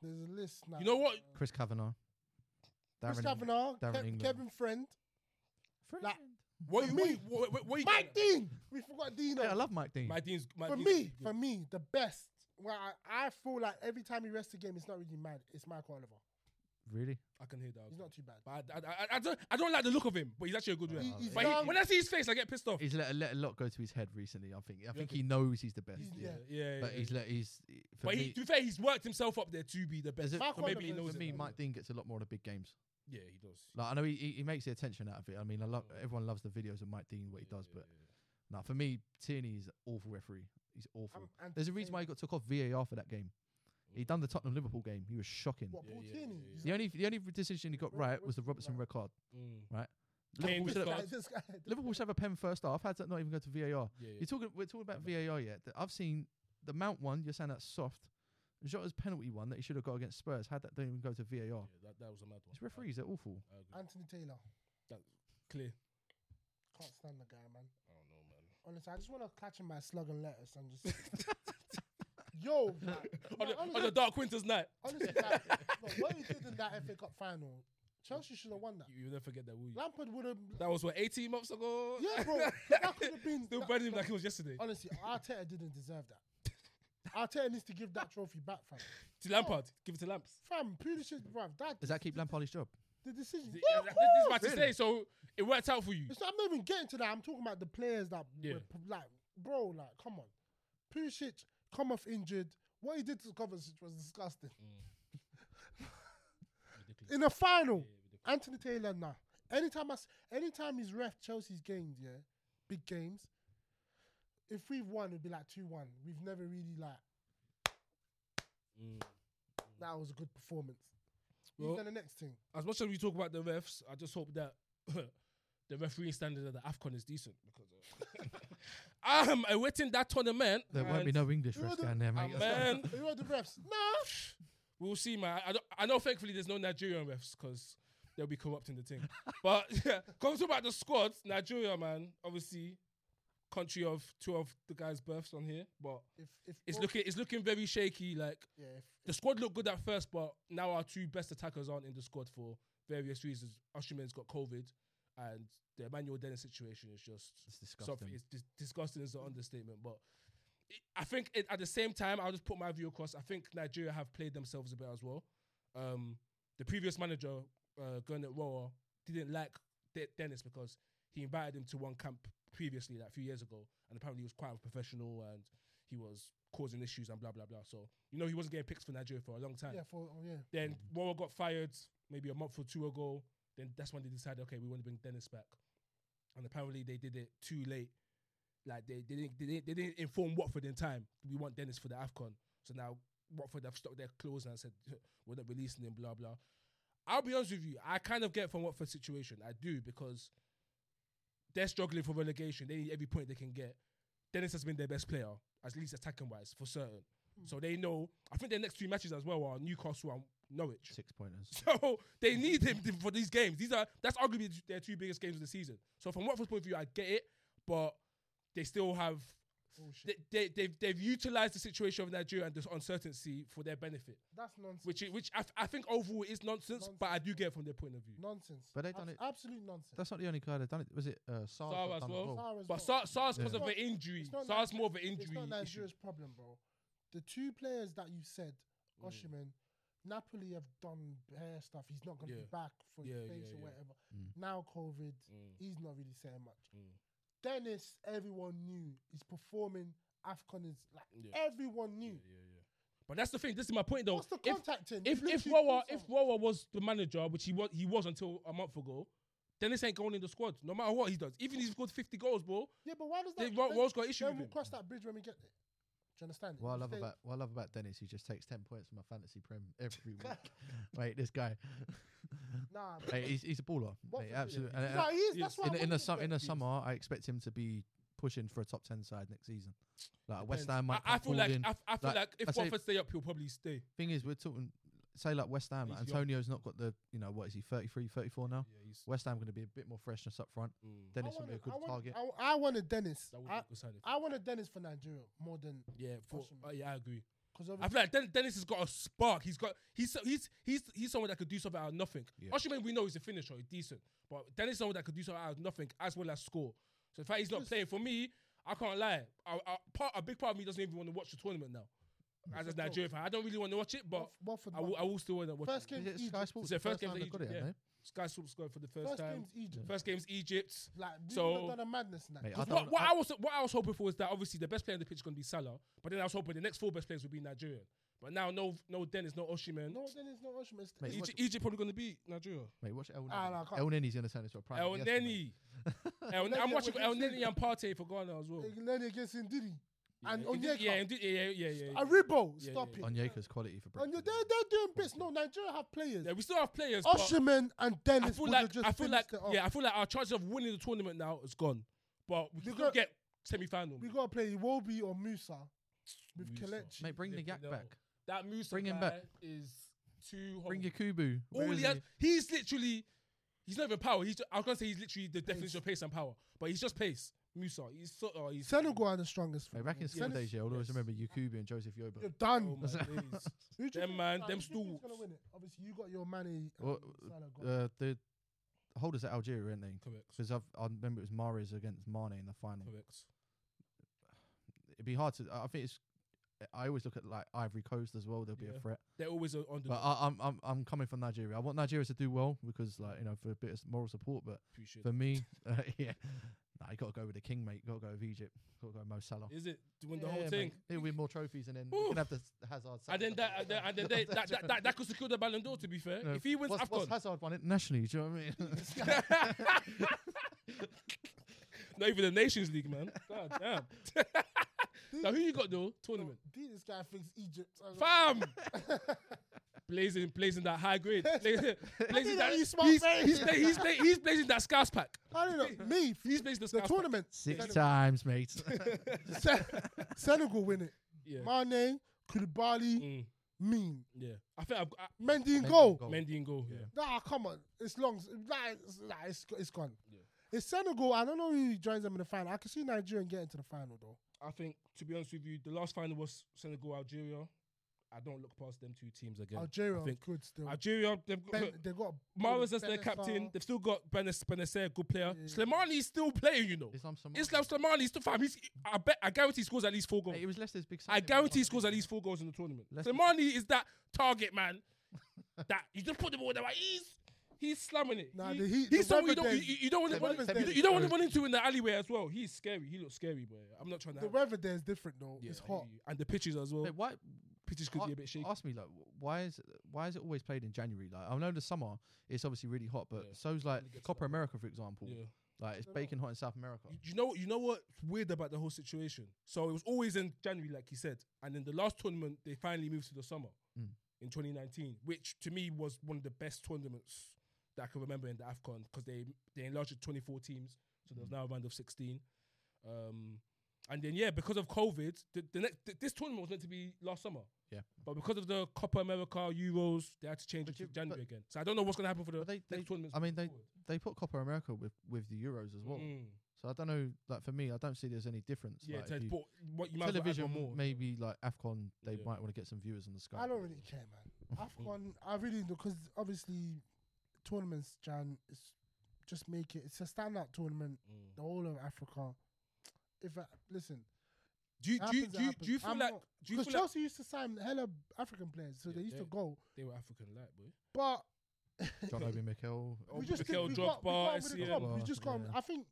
S2: There's a list now.
S1: You know what?
S3: Chris Kavanagh.
S2: Chris
S3: Darren Ings-
S2: Kavanagh,
S3: Darren
S2: Kev-
S3: England.
S2: Kevin Friend, like-
S1: what
S2: For
S1: you, what,
S2: me.
S1: you- what, what, what you
S2: Mike Dean. We forgot Dean.
S3: Yeah, I love Mike Dean.
S1: My dean's my
S2: for
S1: dean's
S2: me,
S1: good.
S2: for me, the best. Well, I, I feel like every time he rests the game, it's not really mad. It's Michael Oliver.
S3: Really?
S1: I can hear that.
S2: He's not too bad.
S1: But I, I, I, I don't I don't like the look of him, but he's actually a good
S3: He-
S1: ref.
S2: He- he's
S1: But he,
S2: young,
S1: when I see his face, I get pissed off.
S3: He's let, let a lot go to his head recently. I think. I think
S1: think?
S3: he knows he's the best.
S2: He's-
S3: yeah.
S1: yeah, yeah.
S3: But
S1: yeah.
S3: he's let. He's. For
S1: but
S3: me,
S1: he, to be fair, he's worked himself up there to be the
S3: Is
S1: best.
S3: it-
S1: So
S2: Mark
S1: maybe he
S2: Oliver's
S1: knows
S3: for
S1: it.
S3: me, Mike Dean gets a lot more of the big games.
S1: Yeah, he does.
S3: Like I know he, he, he makes the attention out of it. I mean, I love everyone loves the videos of Mike Dean what he does, but now for me, Tierney is an awful referee. He's awful.
S2: I'm- I'm
S3: There's a reason why he got took off VAR for that game. He done the Tottenham Liverpool game. He was shocking.
S2: What,
S1: Yeah,
S2: Paul
S1: yeah,
S2: Tini?
S1: yeah, yeah.
S3: The only the only decision he got
S2: Where-
S3: right was the
S2: where's the
S3: Robertson
S2: line?
S3: red card.
S1: Mm. Kane
S3: Liverpool
S1: was
S3: should
S1: got-
S3: have,
S2: Guy, this guy, this
S3: Liverpool should have a pen first half. Had that not even go to VAR?
S1: Yeah, yeah.
S3: You're talking. We're talking about
S1: I
S3: VAR yet. Th- I've seen the Mount one. You're saying that's soft. Jota's penalty one that he should have got against Spurs. Had that don't even go to VAR.
S1: Yeah, that, that was a mad one.
S3: It's referees. They're awful.
S1: I agree.
S2: Anthony Taylor.
S1: Clear.
S2: can't stand the guy, man.
S1: I don't know, man.
S2: Honestly, I just want to catch him by slug and lettuce and just. Yo,
S1: On
S2: man. No,
S1: the, on
S2: honestly,
S1: the dark winter's night,
S2: honestly, like, look, what he did in that FA Cup final, Chelsea should have won that.
S1: you, will never forget that, will you?
S2: Lampard would have.
S1: That was what 18 months ago.
S2: Yeah, bro. That could have been.
S1: Still
S2: that-
S1: burning him
S2: that-
S1: like it was yesterday.
S2: honestly, Arteta didn't deserve that. Arteta needs to give that trophy back, fam.
S1: To Lampard,
S2: Oh.
S1: give it to Lamps.
S2: Fam, Pulisic, bruv. That
S3: Does that keep Lampard his job?
S2: the decision?
S1: Th-
S2: Yeah,
S1: th-
S2: of
S1: th- this is
S2: course.
S1: what to say. So it worked out for you.
S2: It's not, I'm not even getting to that. I'm talking about the players that
S1: Yeah.
S2: were, p- like, bro, like, come on. Pulisic come off injured. What he did to Kovacic was disgusting.
S1: Mm.
S2: In the final, Anthony Taylor, nah. Anytime I, s- anytime he's ref Chelsea's games, yeah, big games. If we've won, it'd be like two one. We've never really like
S1: Mm.
S2: that was a good performance.
S1: Well-
S2: He's done the next thing.
S1: As much as we talk about the refs, I just hope that the refereeing standard at the AFCON is decent. Because uh, I'm awaiting that tournament.
S3: There won't be
S1: and-
S3: no English refs
S2: Jordan-
S3: down there, mate.
S1: Ah, man.
S2: Um, Who are the refs? Nah.
S1: We'll see, man. I, don't, I know thankfully there's no Nigerian refs because they'll be corrupting the thing. but yeah, come to about the squad, Nigeria, man, obviously, country of two of the guys' births on here, but
S2: If if
S1: it's
S2: Bro-
S1: looking it's looking very shaky. Like
S2: yeah, if,
S1: the squad looked good at first, but now our two best attackers aren't in the squad for various reasons. Usherman's got COVID, and the Emmanuel Dennis situation is just
S3: It's
S1: something.
S3: disgusting.
S1: It's dis- disgusting is an understatement, but. it- I think it, at the same time, I'll just put my view across. I think Nigeria have played themselves a bit as well. Um, the previous manager, uh, Gernot Roa, didn't like De- Dennis because he invited him to one camp previously, like a few years ago, and apparently he was quite unprofessional and he was causing issues and blah blah blah. So you know he wasn't getting picks for Nigeria for a long time.
S2: yeah, for oh yeah.
S1: Then Roa got fired maybe a month or two ago. Then that's when they decided, okay, we want to bring Dennis back. And apparently they did it too late. Like they, they didn't they didn't, they didn't inform Watford in time. We want Dennis for the Afcon. So now Watford have stuck their claws and said we're not releasing him. Blah blah. I'll be honest with you. I kind of get from Watford's situation. I do because they're struggling for relegation. They need every point they can get. Dennis has been their best player, at least attacking wise, for certain. So they know. I think their next two matches as well are Newcastle and Norwich.
S3: Six pointers.
S1: So they need him to- for these games. These are that's arguably their two biggest games of the season. So from Watford's point of view, I get it, but they still have
S2: Bullshit.
S1: they, they they've they've utilized the situation of Nigeria and this uncertainty for their benefit,
S2: That's nonsense.
S1: which is, which I, f- I think overall is nonsense, but I do get it from their point of view.
S2: nonsense.
S3: But they've done
S2: Abs-
S3: it-
S2: Absolute nonsense.
S3: That's not the only guy that done it. Was it uh, Sar?
S1: Sarr
S3: that
S1: as
S3: done it
S1: well.
S2: Sarr as well.
S1: But SARS SARS because
S3: Yeah.
S1: of an
S2: It's not-
S1: injury.
S2: it's not
S1: SARS
S2: Niger-
S1: more of an
S2: It's
S1: injury
S2: not
S1: issue.
S2: Nigeria's problem, bro. The two players that you said,
S1: Mm.
S2: Oshiman, Napoli have done bare stuff. He's not going to
S1: Yeah.
S2: be back for
S1: Yeah,
S2: space
S1: yeah,
S2: or
S1: yeah.
S2: whatever.
S3: Mm.
S2: Now COVID,
S1: Mm,
S2: he's not really saying much.
S1: mm.
S2: Dennis, everyone knew, is performing. Afcon is like
S1: Yeah.
S2: everyone
S1: Yeah,
S2: knew.
S1: yeah, yeah. But that's the thing. This is my point, though.
S2: What's the
S1: If-
S2: contact in?
S1: if
S2: You've
S1: if
S2: literally
S1: Wawa
S2: done
S1: if
S2: something.
S1: Wawa was the manager, which he was he was until a month ago, Dennis ain't going in the squad. No matter what he does, even if he scored fifty goals, bro.
S2: yeah, but why does
S1: They
S2: that?
S1: Ro-
S2: then-
S1: Ro's got issue
S2: then
S1: with
S2: we'll
S1: him.
S2: cross that bridge when we get there. Do you understand?
S3: What I
S2: If
S3: love
S2: they-
S3: about what I love about Dennis, he just takes ten points from my fantasy prem every week. Wait, this guy,
S2: nah,
S3: Mate, he's, he's a baller.
S2: What
S3: Mate,
S2: for-
S3: absolutely.
S1: yeah.
S3: And, uh,
S2: No, he is. That's why
S3: in,
S2: I
S3: in the
S2: wanted
S3: sum,
S2: to
S3: in the
S2: get-
S3: summer, I expect him to be pushing for a top ten side next season. Like a West
S1: Depends.
S3: Ham might.
S1: I, I
S3: come
S1: feel like
S3: calling.
S1: I, f- I feel
S3: Like,
S1: like, if
S3: I say-
S1: Watford stay up, he'll probably stay.
S3: thing is, we're talking. Say like West Ham,
S1: He's young.
S3: Antonio's not got the you know what is he 33, 34 now.
S1: Yeah, he's.
S3: West Ham going to be a bit more freshness up front.
S1: Mm.
S3: Dennis
S2: I
S3: will be a
S2: wanted-
S3: good
S2: I wanted-
S3: target.
S2: I, I wanted Dennis.
S1: That would be
S2: I,
S1: a good signing.
S2: I wanted Dennis for Nigeria more than
S1: Yeah, for,
S2: Awesome.
S1: uh, yeah, I agree.
S2: because
S1: I
S2: obviously
S1: feel like Den- Dennis has got a spark. He's got he's so- he's he's he's someone that could do something out of nothing.
S3: Yeah.
S1: Osimhen, we know he's a finisher, he's decent, but Dennis is someone that could do something out of nothing as well as score. So the fact he's not
S2: Just-
S1: playing for me, I can't lie. I, I, part, a big part of me doesn't even want to watch the tournament now. As a
S2: Of course.
S1: Nigerian fan, I don't really want to watch it, but
S2: Watf- Watford
S1: I will,
S2: won.
S1: I will still want to watch
S2: First
S1: it.
S2: game
S3: Is it
S2: Egypt.
S3: Sky Sports?
S1: It's their
S3: the
S1: first game
S3: time
S1: they
S3: they've got it,
S1: did,
S3: haven't
S1: Sky Sports going for the first,
S2: First
S1: time.
S2: game's Egypt.
S1: First game's Egypt.
S2: Like
S1: So-
S2: we so, have done a madness in that.
S3: Mate, I
S2: game.
S1: Because
S3: don't-
S1: what, what
S3: I-
S1: I, was what I was hoping for was that obviously the best player on the pitch is going to be Salah, but then I was hoping the next four best players would be Nigerian. But now no no Dennis, no Osimhen.
S2: no, Dennis no Osimhen. It's-
S3: Mate,
S2: it's-
S3: what-
S1: Egypt, Egypt probably going to beat Nigeria.
S3: they? Mate, watch El
S2: Ah, no, I
S3: Neni.
S2: can't-
S3: El Neni's going to turn into a prime.
S1: El
S3: Yes, mate.
S1: Neni. El,
S2: Neni,
S1: I'm watching
S2: what
S1: El
S2: do you
S1: Neni and Partey for Ghana as well.
S2: Lenny against Ndidi and
S1: yeah, Onyeka. Yeah,
S2: Onyeka.
S1: Ndi- yeah, yeah, yeah, yeah.
S2: Aribo,
S1: Yeah,
S2: stop
S1: yeah.
S2: it.
S3: Onyeka's quality for
S2: And
S3: breakfast.
S2: they're, they're doing bits. No, Nigeria have players.
S1: Yeah, we still have players. but
S2: Osimhen and
S1: I
S2: Oh, Dennis
S1: feel
S2: would
S1: like
S2: have just
S1: I feel like
S2: finished it off.
S1: yeah, I feel like our chances of winning the tournament now is gone, but we
S2: We
S1: could
S2: got-
S1: get semi final.
S2: we got to play Iwobi or Musa with
S1: Musa.
S2: Kelechi.
S3: Mate, bring the
S1: Yeah,
S3: yak
S1: no.
S3: back.
S1: That Musa
S3: Bring him
S1: guy
S3: back.
S1: is too.
S3: Bring
S1: horrible.
S3: your Kubu.
S1: All he has, he's literally He's not even power. He's. Just, I was gonna say he's literally the definition of pace and power, but he's just pace. Musa. He's so. Oh, he's
S2: Senegal are the strongest.
S3: Mate, back in
S2: football.
S3: school
S1: Yes.
S3: days, yeah, I always remember Yakubi and Joseph
S2: You're
S3: Yoba.
S1: Oh
S2: done.
S1: my days.
S2: Who do you
S1: Them
S2: think-
S1: man, them
S2: like, who do you think's
S1: stools.
S2: gonna win it? Obviously, you got your money.
S3: Well,
S2: Senegal.
S3: Uh, the holders at Algeria, aren't they?
S1: Correct.
S3: Because I remember it was Mares against Mane in the final.
S1: Correct.
S3: It'd be hard to. I I think it's. I always look at like Ivory Coast as well. There'll be
S1: Yeah.
S3: a threat,
S1: They're always on the.
S3: but uh, I, I'm I'm I'm coming from Nigeria. I want Nigeria to do well because like you know for a bit of moral support. But
S1: appreciate.
S3: for me, uh, yeah, nah, you got to go with the king, mate. Got to go with Egypt. Got to go Mo Salah.
S1: Is it doing the
S3: Yeah,
S1: whole
S3: mate.
S1: thing?
S3: He'll win more trophies and then
S1: Ooh.
S3: we can have the s- Hazard.
S1: And then that, and then, and then they, that, that, that, that could secure the Ballon d'Or. To be fair,
S3: No,
S1: if he wins
S3: what's, what's
S1: Afcon,
S3: Hazard won internationally? Do you know what I mean?
S1: not even the Nations League, man. God damn. now who you got though? Tournament,
S2: D- This guy thinks Egypt. I got-
S1: fam. blazing, blazing that high grade. Blazing, blazing
S2: know
S1: that.
S2: you smart
S1: he's,
S2: brain.
S1: he's, bla- he's, bla- he's blazing that scouse pack.
S2: I don't know. Me,
S1: He's blazing the
S2: the
S1: scouse pack.
S2: tournament.
S3: Six
S2: Senegal-
S3: times, mate.
S2: Sen- Senegal win it.
S1: Yeah.
S2: Mane, Koulibaly,
S1: Mm,
S2: mean.
S1: yeah. I think I've got
S2: Mendy in goal.
S3: Oh,
S1: uh, Mendy in goal. Yeah.
S2: Nah, come on. It's long. Nah, it's, nah, it's, it's gone.
S1: Yeah.
S2: It's Senegal. I don't know who joins them in the final. I can see Nigeria getting to the final, though.
S1: I think, to be honest with you, the last final was Senegal Algeria. I don't look past them two teams again.
S2: Algeria
S1: I think-
S2: could still.
S1: Mm. Algeria, they've got.
S2: ben, they got
S1: Mara's as
S2: Ben
S1: their captain.
S2: Assar.
S1: They've still got Benes Benacer, good player.
S2: Yeah.
S1: Slimani's still playing, you know.
S3: Islam Somali.
S1: Islam Slimani still fam. He's, I bet. I guarantee he scores at least four goals.
S3: Mate, it was Leicester's big.
S1: I
S3: signing, mate.
S1: guarantee he scores at least four goals in the tournament.
S3: Let's-
S1: Slimani is that target man. that you just put the ball there. Like, he's he's slamming it.
S2: Nah,
S1: he,
S2: the heat-
S1: he's
S2: the
S1: someone you
S2: weather
S1: don't
S2: there-
S1: you, you don't want
S2: the
S1: to run,
S2: weather
S1: you,
S2: there-
S1: you don't want to run into in the alleyway as well. He's scary. He looks scary, boy. I'm not trying to.
S2: The weather there is different, though.
S1: Yeah,
S2: it's
S1: I
S2: hot.
S1: hear you. and the pitches as well.
S3: Mate, why?
S1: Pitches could
S3: a-
S1: be a bit shaky.
S3: Ask me like, wh- why is why is it always played in January? Like, I know the summer it's obviously really hot, but
S1: Yeah.
S3: so's
S1: Only gets
S3: like
S1: hotter.
S3: Copper America, for example.
S1: Yeah.
S3: Like, it's
S2: Dunno.
S3: baking hot in South America.
S1: You- You know, you know what's weird about the whole situation. So it was always in January, like he said, and then the last tournament they finally moved to the summer
S3: Mm.
S1: in 2019, which to me was one of the best tournaments that I can remember in the Afcon because they they enlarged it to 24 teams, so
S3: Hmm.
S1: there was now a round of 16. Um, and then yeah, because of COVID, the, the next th- this tournament was meant to be last summer.
S3: Yeah.
S1: but because of the Copa America Euros, they had to change
S3: But
S1: it to
S3: you- but-
S1: January again. So I don't know what's gonna happen for the
S3: But they-
S1: next
S3: they-
S1: tournament.
S3: I mean, They put Copper America with with the Euros as well. So I don't know. Like for me, I don't see there's any difference.
S1: Mm. yeah,
S3: like,
S1: so
S3: if
S1: it's
S3: you-
S1: bought- what you might as well add
S3: television
S1: one more.
S3: maybe like Afcon, they
S1: Yeah.
S3: might want to get some viewers on the sky.
S2: I don't really care, man. Afcon, I really because obviously tournaments, Jan, is just make it. It's a standout tournament.
S1: Mm.
S2: The whole of Africa. If I, listen,
S1: Do you,
S2: it
S1: do you,
S2: happens, it
S1: do you,
S2: happens.
S1: do you feel
S2: I'm
S1: like
S2: not-
S1: do you
S2: because
S1: feel like
S2: Chelsea used to sign hella African players, so
S1: Yeah,
S2: they used
S1: they-
S2: to go.
S1: they were African light, boy?
S2: But
S3: John Obi Mikel.
S1: Oh,
S2: we just
S1: Mikel
S2: didn't- we got, we
S1: Drogba,
S2: got with the
S1: SCN.
S2: club. We
S3: Drogba,
S2: just got.
S3: yeah.
S2: I think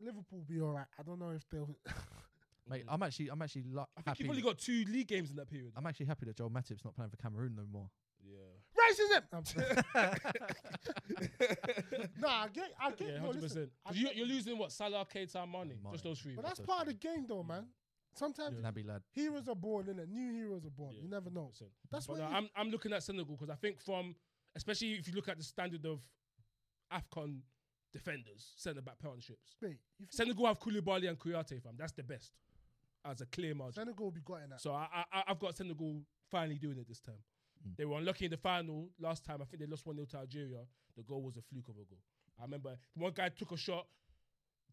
S2: Liverpool will be all right. I don't know if they'll.
S3: Mate,
S1: Mm.
S3: I'm actually, I'm actually lu-
S1: I think
S3: happy.
S1: you probably got two league games in that period.
S3: I'm actually happy that Joel Matip's not playing for Cameroon no more.
S1: yeah,
S2: Racism. I'm sorry. no, I get. I get.
S1: yeah,
S2: no,
S1: hundred
S2: listen,
S1: percent.
S2: I
S1: Because you,
S2: get-
S1: you're losing what Salah, Keita, Mane,
S3: Mane.
S1: just those three.
S2: But that's part of the game, though, man. Sometimes
S3: Naby lad.
S2: heroes are born, innit? New heroes are born. You never know. That's
S1: But
S2: what
S1: no,
S2: it is.
S1: I'm I'm looking at Senegal because I think from especially if you look at the standard of Afcon defenders, centre back partnerships.
S2: Wait, you think
S1: Senegal have Koulibaly and Kouyaté, fam. That's the best as a clear margin.
S2: Senegal will be got in that.
S1: So I, I, I- I've got Senegal finally doing it this time.
S3: Mm.
S1: They were unlucky in the final last time. I think they lost 1 0 to Algeria. The goal was a fluke of a goal. I remember one guy took a shot,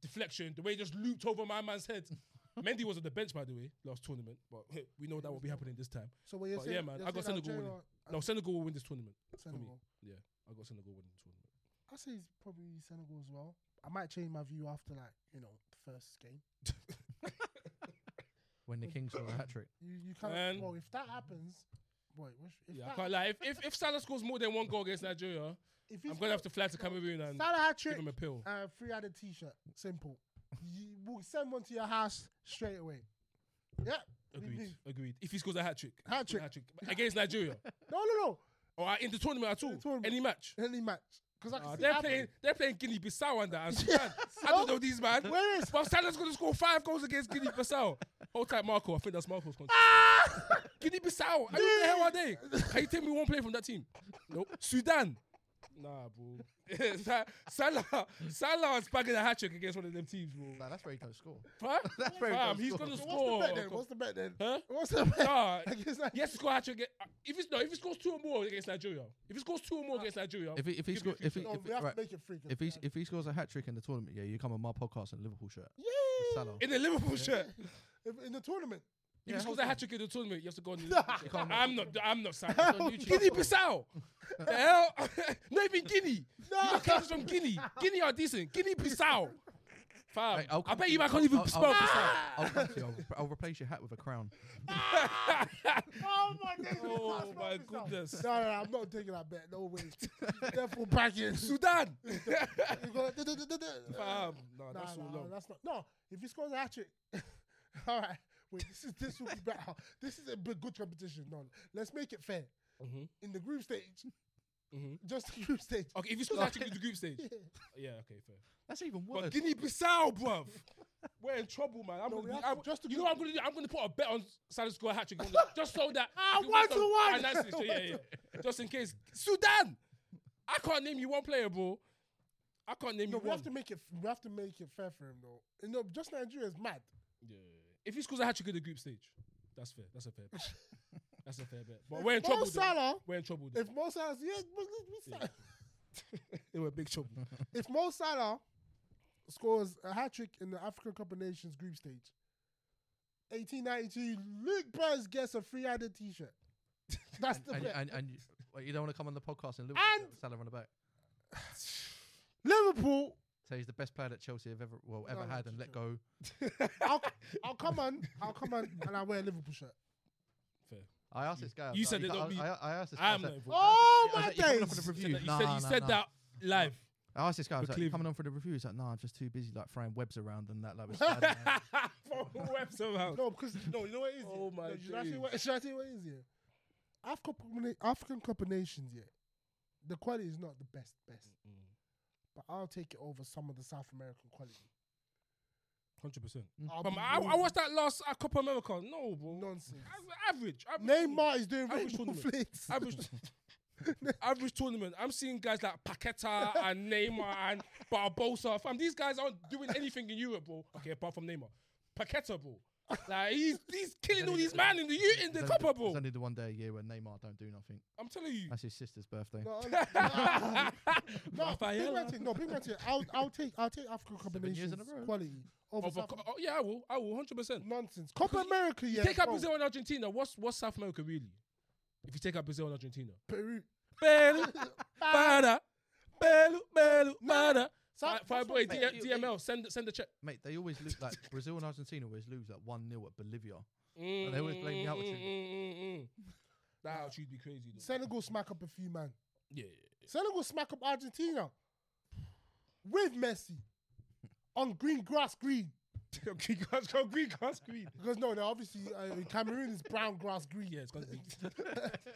S1: deflection, the way it just looped over my man's head. Mendy was on the bench, by the way, last tournament, but we know that won't be happening this time.
S2: So what you're
S1: But
S2: saying?
S1: yeah, man,
S2: you're
S1: I got
S2: saying
S1: Senegal winning.
S2: Algeria and
S1: No, Senegal will win this tournament.
S2: Senegal.
S1: I got Senegal winning the tournament.
S2: I say it's probably Senegal as well. I might change my view after like you know the first game.
S3: When the Kings scored a hat trick.
S2: You you can't.
S1: Man.
S2: well, if that happens, boy, we sh- if
S1: yeah, I
S2: that,
S1: can't lie. If, if, if Salah scores more than one goal against Nigeria,
S2: if
S1: I'm going to have to fly to Cameroon and
S2: Salah hat
S1: give
S2: trick,
S1: him a pill.
S2: uh, free added T-shirt. Simple. you, we'll send one to your house straight away. Yeah. we
S1: Agreed.
S2: do.
S1: Agreed. If he scores a hat trick.
S2: Hat trick.
S1: Hat trick. Against Nigeria.
S2: No, no,
S1: Or in the tournament at
S2: In
S1: all.
S2: the tournament.
S1: Any match.
S2: no. Any match because I
S1: Ah,
S2: can see
S1: they're
S2: that
S1: playing. They're playing Guinea Bissau and that. And Sudan. I don't know these man.
S2: Where is-
S1: But Salah's gonna score five goals against Guinea Bissau. Hold tight, Marco. I think that's Marco's country.
S2: Ah!
S1: Guinea Bissau. Who the hell are they? Can you tell me one player from that team? Nope. Sudan. Nah, bro. Sa- Salah, Salah's bagging a hat trick against one of them teams, bro.
S3: Nah, that's where he don't score.
S1: Huh?
S3: That's where he
S1: Fam,
S3: don't
S1: he's
S3: score.
S1: gonna
S2: So
S1: score.
S2: what's the bet then? What's the bet then?
S1: Huh?
S2: What's the bet?
S1: Nah,
S2: Like, it's like,
S1: he has to score a hat trick. aga- If it's no, if he scores two or more against Nigeria, if he scores two or more against Nigeria,
S3: If he, if he
S1: Give me
S3: scores, if he,
S2: no,
S3: if,
S2: we have
S3: right,
S2: to make it free. 'cause
S3: if
S2: we
S3: he
S2: have-
S3: if he scores a hat trick in the tournament, yeah, you come on my podcast in a Liverpool shirt.
S2: Yay!
S3: Salah.
S1: in the Liverpool shirt, if
S2: If- in the tournament.
S1: he
S3: Yeah,
S1: scores a hat trick in the tournament, you have to go on. The
S2: You
S1: Liverpool shirt.
S3: can't-
S1: I'm not. I'm not signing. It's on
S2: How
S1: YouTube. Guinea Bissau. the hell? Not even Guinea. You got kids from Guinea. Guinea are decent. Guinea Bissau. Fam,
S3: Hey, I'll
S1: I
S3: come
S1: bet
S3: to
S1: you I can't even
S3: I'll-
S1: spell
S3: I'll-
S1: Bissau.
S2: Ah!
S3: I'll, come to you. I'll, re- I'll replace your hat with a crown.
S2: Oh my goodness.
S1: Oh,
S2: that's
S1: my
S2: not bizarre.
S1: goodness.
S2: No, no, no, I'm not taking that bet. No way. Therefore, back in.
S1: Sudan.
S2: You go, duh, duh, duh, duh, duh.
S1: Fam, no,
S2: Nah,
S1: that's all
S2: nah,
S1: long.
S2: that's not. No, if you score a hat trick, all right. Wait, this is this will be better. This is a big, good competition. No, let's make it fair.
S1: Mhm.
S2: In the group stage,
S1: Mhm.
S2: just the group stage.
S1: Okay, if you score that trick in the group stage, yeah, okay, fair.
S3: That's even worse.
S1: But Guinea Bissau, bruv. We're in trouble, man. I'm
S2: No,
S1: gonna
S2: we
S1: be,
S2: have
S1: I'm,
S2: to- just to
S1: you
S2: go-
S1: know what I'm gonna do? I'm gonna put a bet on Salah to score a hat trick, just so that
S2: Ah,
S1: we can
S2: one
S1: work
S2: to
S1: on
S2: one.
S1: finances. So, yeah, yeah. Just in case. Sudan. I can't name you one player, bro. I can't name
S2: No,
S1: you
S2: we
S1: one.
S2: have to make it. We have to make it fair for him, though. You know, just Nigeria is mad.
S1: Yeah. If he scores a hat trick in the group stage, that's fair. That's a fair bet. that's a fair bet. But we're in
S2: Mo
S1: trouble. though.
S2: Salah,
S1: We're in trouble. Though.
S2: if Mo Salah, yeah, but we- we
S1: Yeah.
S2: sa-
S1: they were big trouble.
S2: if Mo Salah scores a hat trick in the African Cup of Nations group stage, 1892, Luke Burns gets a free-handed T-shirt. That's the
S3: and,
S2: bet.
S3: and, and you, well, you don't want to come on the podcast in Liverpool
S2: And-
S3: shirt with Salah on the back.
S2: Liverpool
S3: Say he's the best player that Chelsea have ever well ever
S2: No, no,
S3: had and let go.
S2: I'll, I'll come on. I'll come on, and I wear a Liverpool shirt.
S1: Fair.
S3: I asked this guy. I was
S1: you
S3: like,
S1: said it,
S3: can't-
S1: not me.
S3: I, I, I asked this guy. I
S1: I'm
S3: said-
S1: not involved.
S2: Oh
S3: I
S2: my
S3: was like, "You coming on
S2: days!
S3: for the
S1: You said
S3: review?"
S1: that- you
S3: Nah,
S1: said, you
S3: nah,
S1: said
S3: nah.
S1: that live.
S3: I asked this guy. I was
S1: For
S3: like, "You
S1: Cleveland.
S3: coming on for the review?" He's like, "Nah, I'm just too busy like throwing webs around and that like." With Spider-Man."
S1: From web somehow.
S2: No, because no, you know what it is.
S1: Oh
S2: yeah?
S1: my
S2: no, should I say
S1: days.
S2: what, should I say what it is here? African Cup of Na- African Cup of Nations, yeah. The quality is not the best, best,
S1: Hmm.
S2: but I'll take it over some of the South American quality.
S1: Hundred percent.
S2: I'll
S1: But
S2: be
S1: I, I
S2: real.
S1: watched that last uh, Copa America. No, bro.
S2: nonsense.
S1: A- Average. average
S2: Neymar is doing
S1: I was
S2: rainbow
S1: wondering.
S2: flicks.
S1: Average. average tournament. I'm seeing guys like Paqueta and Neymar and Barbosa. Fam, these guys aren't doing anything in Europe, bro. Okay, apart from Neymar, Paqueta, bro. Like he's he's killing all these man in the U- in the
S3: It's
S1: Copa,
S3: only the- It's
S1: bro.
S3: only the one day a year where Neymar don't do nothing.
S1: I'm telling you.
S3: That's his sister's birthday.
S2: No, I'm- no, big
S1: Rafaela.
S2: man thing, no, big man thing. I'll, I'll take, I'll take African Cup of
S3: Seven years in a
S2: Nations
S3: row.
S2: quality over
S1: Of a
S2: South
S1: co- oh, yeah, I will. I will. Hundred percent.
S2: nonsense. Copa America, yeah.
S1: take out
S2: bro.
S1: Brazil and Argentina. What's what's South America really? If you take out Brazil and Argentina,
S2: Peru.
S1: Belu, para, Belu, Belu,
S2: No,
S1: para.
S2: South-
S1: Fi- Fire
S2: that's
S1: boy,
S2: what I'm
S1: D-
S3: saying.
S1: DML, send send a check.
S3: Mate, they always lose like Brazil and Argentina always lose like one 0 at Bolivia. And they always blame the altitude.
S1: That altitude be crazy though.
S2: Senegal smack up a few man.
S1: Yeah,
S2: Senegal smack up Argentina with Messi on green grass green.
S1: yeah. green grass, go green grass, green.
S2: Because no, they're obviously uh, in Cameroon is brown grass green.
S1: Yeah, it's gonna be.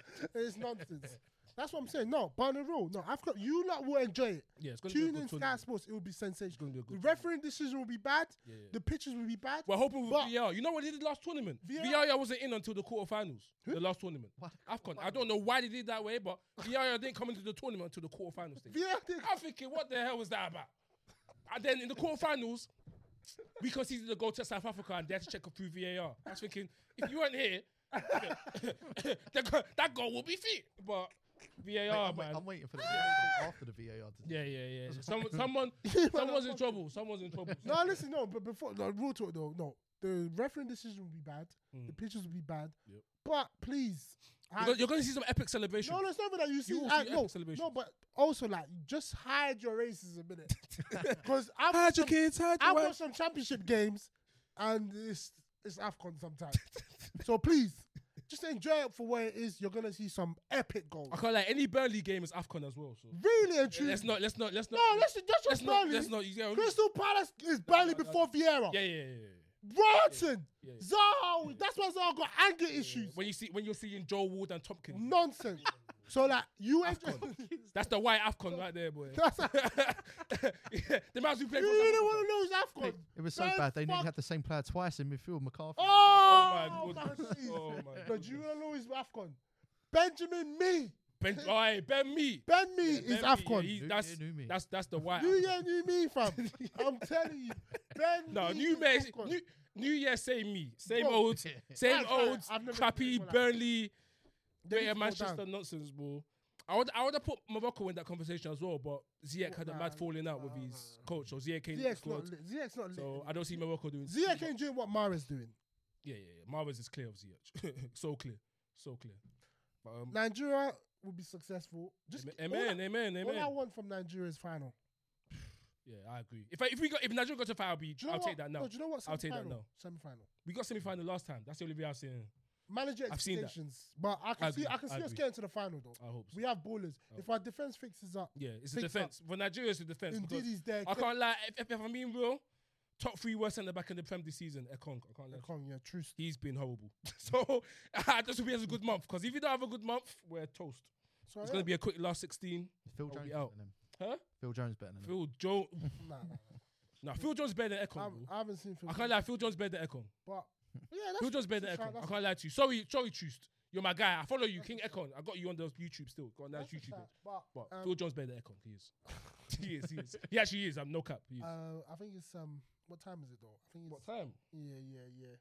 S2: it's nonsense. That's what I'm saying. No, but on the rule, no, Africa, you lot will enjoy it.
S1: Yeah, it's gonna be a
S2: Tune
S1: good
S2: in Sky
S1: tournament.
S2: Sports, it will be
S1: gonna
S2: sensational.
S1: be a
S2: The
S1: good
S2: refereeing decision will be bad.
S1: Yeah, yeah.
S2: The pitches will be bad.
S1: We're hoping with
S2: But-
S1: VAR. You know what they did last tournament?
S2: VAR
S1: VAR, wasn't in until the quarterfinals. The last tournament. Afcon. I don't know why they did that way, but VAR didn't come into the tournament until the quarterfinals. Thing.
S2: Yeah, they-
S1: I'm thinking, what the hell was that about? And then in the quarterfinals, we conceded the goal to South Africa and they had to check up through VAR. I was thinking, if you weren't here, that goal- that goal would be fit. But
S3: Mate,
S1: VAR,
S3: I'm, wait-
S1: man.
S3: I'm waiting for the after the VAR. To
S1: yeah, yeah, yeah. Someone, someone, someone's in trouble. Someone's in trouble.
S2: No, listen, no, but before no real talk though, no. The refereeing decision will be bad. The pitches will be bad.
S1: Mm. Yep.
S2: But please, I-
S1: You're going to see some epic celebration.
S2: No, no, it's not even that you see.
S1: will
S2: I,
S1: see
S2: no,
S1: epic celebrations.
S2: no, but also like just hide your races a minute, because I've
S1: Hide
S2: watched
S1: your
S2: some,
S1: kids, hide your
S2: I've
S1: wife.
S2: watched some championship games, and it's it's Afcon sometimes. so please, just enjoy it for what it is. You're gonna see some epic goals.
S1: I can't like any Burnley game is Afcon as well. So
S2: Really and truly.
S1: let's not, let's not, let's not.
S2: No, listen, just
S1: let's
S2: let
S1: not,
S2: Burnley.
S1: let's not. Yeah, we-
S2: Crystal Palace is Burnley before Vieira.
S1: yeah, yeah, yeah, yeah, yeah.
S2: Rotten.
S1: Yeah, yeah.
S2: Zaha. That's why Zaha got anger issues.
S1: When you see, when you're seeing Joel Ward and Tompkins,
S2: Nonsense. so like you enjoy.
S1: that's the white Afcon right there, boy.
S2: That's
S1: yeah, the man who played.
S2: You
S1: for
S2: really
S1: South Africa.
S2: want to lose Afcon.
S3: It was so
S2: Man,
S3: bad. They
S2: fuck-
S3: nearly had the same player twice in midfield. McCarthy.
S2: Oh,
S1: Oh my
S2: my
S1: goodness.
S2: days.
S1: Oh my
S2: But you want to lose Afcon? Benjamin Me
S1: Ben, oh, hey, ben me.
S2: Ben Me is
S1: Ben Mee,
S2: AFCON.
S1: yeah, he-
S3: New
S1: that's,
S3: year, new me.
S1: that's that's the white.
S2: New
S1: Afcon.
S2: year, new me, fam. I'm telling you. Ben
S1: No,
S2: Mee
S1: new
S2: is
S1: man,
S2: AFCON.
S1: new, new year, same me, same
S2: Bro.
S1: old, same
S2: I've-
S1: old,
S2: I've never seen
S1: crappy
S2: people like that.
S1: Burnley,
S2: They need
S1: Greater
S2: to go
S1: Manchester
S2: down.
S1: nonsense, bro. I would, I would have put Morocco in that conversation as well, but Ziyech had a mad
S2: Nah,
S1: falling out with
S2: nah,
S1: his coach, so Ziyech came
S2: ZX Oh, not
S1: squad.
S2: lit. ZX not lit.
S1: So I don't see Morocco doing.
S2: ZX ain't doing what Mara's doing.
S1: Yeah, yeah, yeah. Marvez is clear of Ziyech, so clear, so clear. But, um,
S2: Nigeria will be successful. Just
S1: amen, amen,
S2: all
S1: amen,
S2: I- all,
S1: amen.
S2: I want from Nigeria is final.
S1: Yeah, I agree. If I, if we got if Nigeria got to final, B,
S2: Do you know
S1: I'll
S2: what?
S1: take that now.
S2: No, do you know what?
S1: I'll take that
S2: Semi-final.
S1: now.
S2: Semi-final.
S1: We got semi final last time. That's the only thing I've seen.
S2: Manager
S1: I've seen that.
S2: expectations, but I can
S1: I
S2: see
S1: agree,
S2: I can
S1: I
S2: see us
S1: agree.
S2: getting to the final though.
S1: I hope. So.
S2: We have ballers. If our defense fixes up,
S1: Yeah, it's a
S2: Picked up.
S1: defense. For Nigeria, it's a defense.
S2: indeed
S1: because
S2: he's there.
S1: I can't lie. If, if, if I'm being real, top three worst centre back in the Prem this season, Ekong. I can't lie.
S2: Ekong, yeah, true. st-
S1: He's been horrible. so I just hope he has a good month because if you don't have a good month, we're toast. It's
S2: So Oh, yeah.
S1: gonna be a quick last sixteen.
S3: Phil
S1: Oh, we
S3: Jones better
S1: out.
S3: than him.
S1: Huh?
S3: Phil Jones better than him.
S1: Phil Jones.
S2: Nah, nah, nah.
S1: nah, Phil Jones better than Ekong.
S2: I,
S1: bro.
S2: I haven't seen Phil.
S1: I can't lie. Phil Jones better than Ekong.
S2: But yeah, that's
S1: Phil Jones better than
S2: that's a shout,
S1: Ekong. I
S2: that's
S1: can't lie to you. Sorry, sorry, Troost. You're my guy. I follow you,
S2: That's
S1: King
S2: a
S1: Ekong. I got you on those YouTube still. Got on that
S2: that's a
S1: YouTube.
S2: shout,
S1: page.
S2: But,
S1: But
S2: um,
S1: Phil Jones better than Ekong. He is. he is. He is. He actually is. I'm no cap. He is.
S2: uh, I think it's um, what time is it though? I think it's
S1: what time?
S2: yeah, yeah, yeah.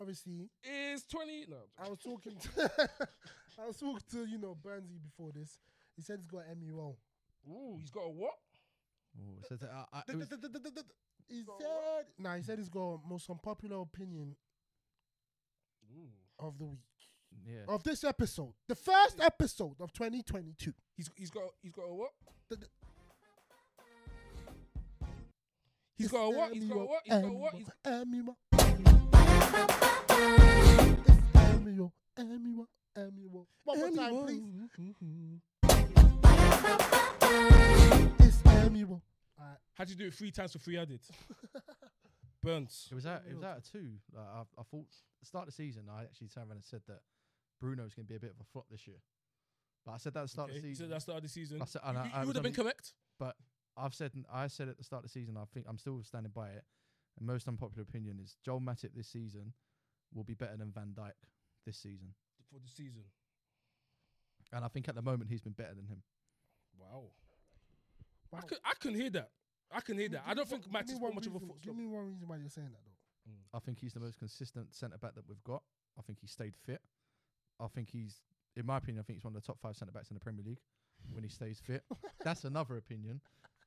S2: Obviously,
S1: Is twenty? No.
S2: I was talking to I was talking to you know Bernsey before this. He said he's got MUL.
S1: Ooh, he's got a what?
S3: Ooh, Oh, so that- I- I- it was-
S2: He said nah. He said he's got most unpopular opinion of the week
S3: yeah.
S1: Oh,
S2: of this episode, the first episode of 2022.
S1: He's he's got he's got a what?
S2: The- the-
S1: He's
S2: It's
S1: got a what? He's got a
S2: MUL,
S1: what? He's got a what? He's
S2: MUL, MUL, MUL, MUL. One more time, please. It's MUL. Alright.
S1: How'd you do it three times for three added? Burns.
S3: It was out. It was out of two. Like, I, I thought start of the season. I actually turned around and said that Bruno's going to be a bit of a flop this year. But I said that at the start
S1: Okay,
S3: of the
S1: you
S3: season.
S1: said that's the start of the season.
S3: I said-
S1: You,
S3: and I- I was
S1: would have been
S3: only-
S1: correct.
S3: but I've said I said at the start of the season. I think I'm still standing by it. And most unpopular opinion is Joel Matip this season will be better than Van Dijk this season.
S1: for the season.
S3: And I think at the moment he's been better than him.
S1: Wow.
S2: Wow.
S1: I can I can hear that. I can hear that. I don't think Matt
S2: Give
S1: is
S2: me
S1: put
S2: one
S1: much of a
S2: reason-
S1: foot
S2: Give
S1: slope.
S2: me one reason why you're saying that though.
S3: I think he's the most consistent centre back that we've got. I think he stayed fit. I think he's, in my opinion, I think he's one of the top five centre backs in the Premier League when he stays fit. That's another opinion.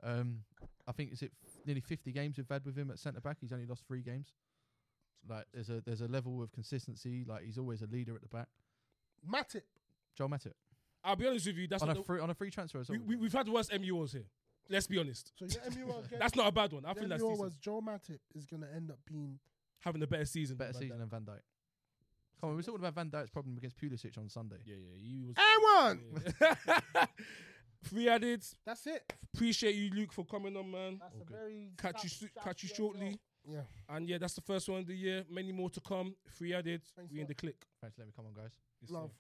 S3: Um, I think is it f- nearly 50 games we've had with him at centre back. He's only lost three games. Like there's a there's a level of consistency. Like he's always a leader at the back.
S2: Matip.
S3: Joel Matip
S1: I'll be honest with you. That's
S3: on
S1: not
S3: a
S1: the,
S3: free on a free transfer as well.
S1: we, we, we've had worse MUOs here. Let's be honest.
S2: So your MUL again.
S1: That's not a bad one. I
S2: your
S1: think that's
S2: MUL
S1: decent.
S2: was Joe Matip is going to end up being.
S1: having a better season. than
S3: better
S1: Van
S3: season
S1: Dijk.
S3: than Van Dijk. Come on, we were talking about Van Dijk's problem against Pulisic on Sunday.
S1: Yeah, yeah, he was.
S2: And one.
S1: Yeah. Free added.
S2: That's it.
S1: Appreciate you, Luke, for coming on, man.
S2: That's
S3: All
S2: a
S3: good.
S2: very
S1: Catch you,
S2: sharp-
S1: soo-
S2: sharp
S1: catch you
S2: MUL.
S1: shortly.
S2: Uh, Yeah.
S1: And yeah, that's the first one of the year. Many more to come. Free added.
S2: Thanks,
S1: We in
S2: sir.
S1: the click.
S3: Thanks for letting me come on, guys.
S1: Yes, sir.
S2: Love.